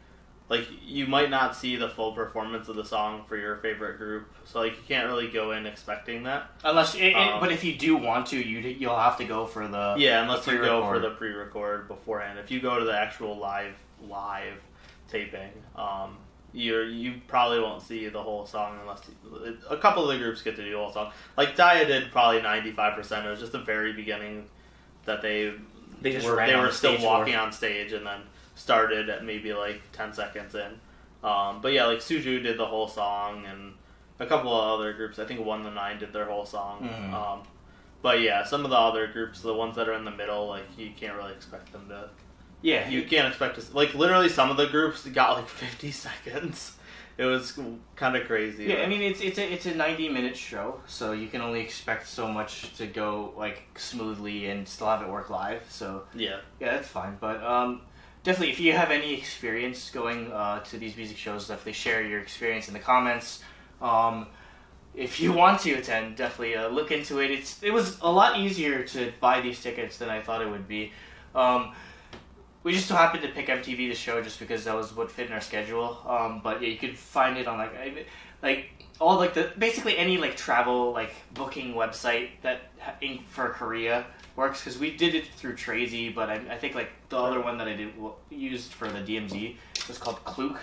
Speaker 3: Like you might not see the full performance of the song for your favorite group, so like you can't really go in expecting that.
Speaker 2: unless it, it-
Speaker 3: Um,
Speaker 2: but if you do want to, you d- you'll have to go for the
Speaker 3: yeah, unless
Speaker 2: the
Speaker 3: you go for
Speaker 2: pre-record.
Speaker 3: the pre-record beforehand. If you go to the actual live live taping, um, you you probably won't see the whole song unless you- a couple of the groups get to do the whole song. Like Dia did probably ninety five percent. It was just the very beginning that they
Speaker 2: They just
Speaker 3: were,
Speaker 2: ran
Speaker 3: they
Speaker 2: on
Speaker 3: were
Speaker 2: the
Speaker 3: still
Speaker 2: stage
Speaker 3: walking on stage and then started at maybe like ten seconds in. Um, but yeah, like Suju did the whole song and a couple of other groups. I think one the nine did their whole song.
Speaker 2: Mhm.
Speaker 3: Um, but yeah, some of the other groups, the ones that are in the middle, like you can't really expect them to.
Speaker 2: yeah
Speaker 3: You can't expect to s- like literally some of the groups got like fifty seconds. It was kind of crazy.
Speaker 2: Yeah, I mean it's it's a it's a ninety minute show, so you can only expect so much to go like smoothly and still have it work live. So
Speaker 3: yeah,
Speaker 2: yeah, that's fine. But um, definitely, if you have any experience going uh, to these music shows, definitely share your experience in the comments. Um, if you want to attend, definitely uh, look into it. It's it was a lot easier to buy these tickets than I thought it would be. Um, we just so happened to pick MTV the show just because that was what fit in our schedule. Um, but yeah, you could find it on like I- like all like the basically any like travel like booking website that ha- in- for Korea works because we did it through Trazy, but I, I think like the other one that I did w- used for the DMZ was called Kluk.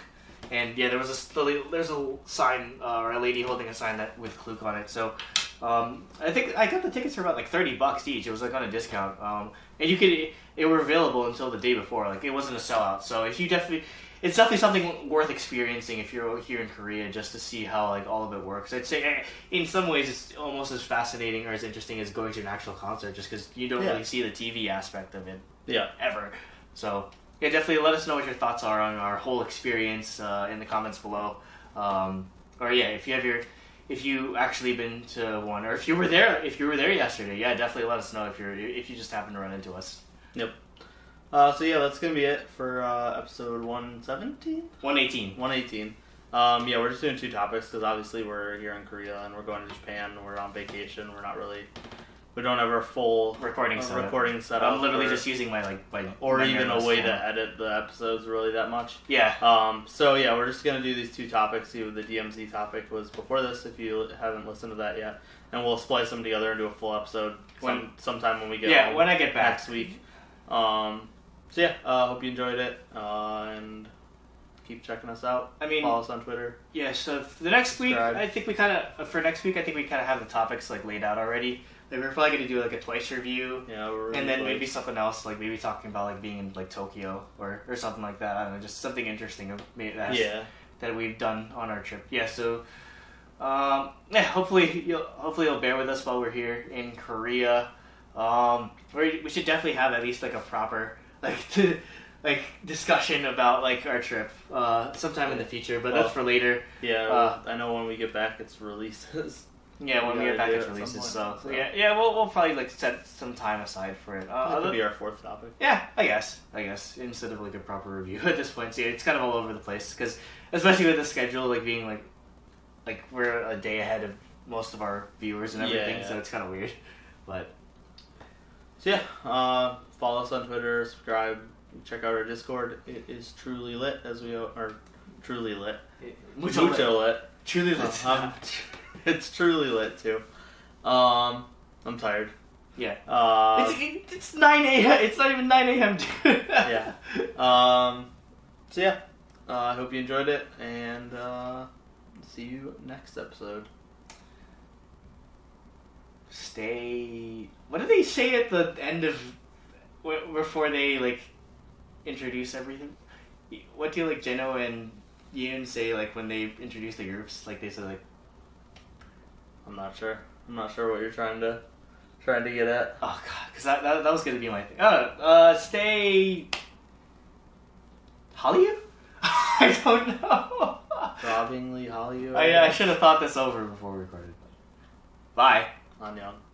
Speaker 2: And yeah, there was a s- the- there's a sign uh, or a lady holding a sign that with Kluk on it. So um, I think I got the tickets for about like thirty bucks each. It was like on a discount, um, and you could they were available until the day before. Like it wasn't a sellout. So if you definitely, it's definitely something worth experiencing if you're here in Korea just to see how like all of it works. I'd say eh, in some ways it's almost as fascinating or as interesting as going to an actual concert, just because you don't
Speaker 3: Yeah.
Speaker 2: really see the TV aspect of it
Speaker 3: yeah.
Speaker 2: ever. So yeah, definitely let us know what your thoughts are on our whole experience uh, in the comments below. Um, or yeah, if you have your if you actually been to one, or if you were there, if you were there yesterday, yeah, definitely let us know if you're if you just happen to run into us.
Speaker 3: Uh, so yeah, that's gonna be it for uh, episode one seventeen.
Speaker 2: One eighteen.
Speaker 3: 118. Um, yeah, we're just doing two topics because obviously we're here in Korea and we're going to Japan. We're on vacation. We're not really, we don't have our full
Speaker 2: Recording
Speaker 3: uh,
Speaker 2: setup.
Speaker 3: recording setup.
Speaker 2: I'm literally
Speaker 3: or,
Speaker 2: just using my like my
Speaker 3: or
Speaker 2: my
Speaker 3: even a
Speaker 2: mirrorless
Speaker 3: way
Speaker 2: camera.
Speaker 3: to edit the episodes really that much.
Speaker 2: Yeah,
Speaker 3: Um, so yeah, we're just gonna do these two topics. See what the DMZ topic was before this, if you haven't listened to that yet, and we'll splice them together into a full episode some,
Speaker 2: When-
Speaker 3: sometime when we get
Speaker 2: yeah.
Speaker 3: home
Speaker 2: When I get back,
Speaker 3: next week. Um, so yeah, uh, hope you enjoyed it uh, and keep checking us out.
Speaker 2: I mean,
Speaker 3: Follow us on Twitter.
Speaker 2: Yeah, so for the next week,
Speaker 3: Subscribe.
Speaker 2: I think we kind of for next week, I think we kind of have the topics like laid out already. Like we're probably gonna do like a twice review,
Speaker 3: Yeah, we're really
Speaker 2: and then
Speaker 3: close.
Speaker 2: maybe something else, like maybe talking about like being in like Tokyo or or something like that. I don't know, just something interesting of- maybe that's,
Speaker 3: yeah,
Speaker 2: that we've done on our trip. Yeah, so um, yeah, hopefully you'll hopefully you'll bear with us while we're here in Korea. Um, we we should definitely have at least like a proper like like discussion about like our trip uh, sometime in the future, but that's for later.
Speaker 3: yeah.
Speaker 2: Uh,
Speaker 3: I know when we get back, it's releases.
Speaker 2: Yeah, when
Speaker 3: We
Speaker 2: we get back,
Speaker 3: gotta do
Speaker 2: it's
Speaker 3: it at
Speaker 2: releases.
Speaker 3: some
Speaker 2: So,
Speaker 3: point, so.
Speaker 2: yeah, yeah, we'll, we'll probably like set some time aside for it. Uh,
Speaker 3: that
Speaker 2: other-
Speaker 3: could be our fourth topic.
Speaker 2: yeah, I guess, I guess instead of like a proper review at this point. So yeah, it's kind of all over the place because especially with the schedule like being like like we're a day ahead of most of our viewers and everything,
Speaker 3: Yeah.
Speaker 2: so it's kind of weird. But
Speaker 3: So yeah, uh, follow us on Twitter, subscribe, check out our Discord. It is truly lit as we are truly lit.
Speaker 2: mucho, lit.
Speaker 3: lit.
Speaker 2: truly lit.
Speaker 3: Uh-huh. It's truly lit too. Um, I'm tired.
Speaker 2: Yeah.
Speaker 3: Uh,
Speaker 2: it's, it's nine a.m. It's not even nine a.m. Dude.
Speaker 3: Yeah. um. So yeah, uh, I hope you enjoyed it, and uh, see you next episode.
Speaker 2: stay. What do they say at the end of wh- before they like introduce everything? What do like Jeno and Yoon say like when they introduce the groups? Like they say like
Speaker 3: I'm not sure. I'm not sure what you're trying to trying to get at.
Speaker 2: oh god, because that, that that was gonna be my thing. Oh, uh, stay. Hollywood? I don't know.
Speaker 3: Robbingly Hollywood.
Speaker 2: Oh, I, I should have thought this over before we recorded. Bye.
Speaker 3: Annyeong.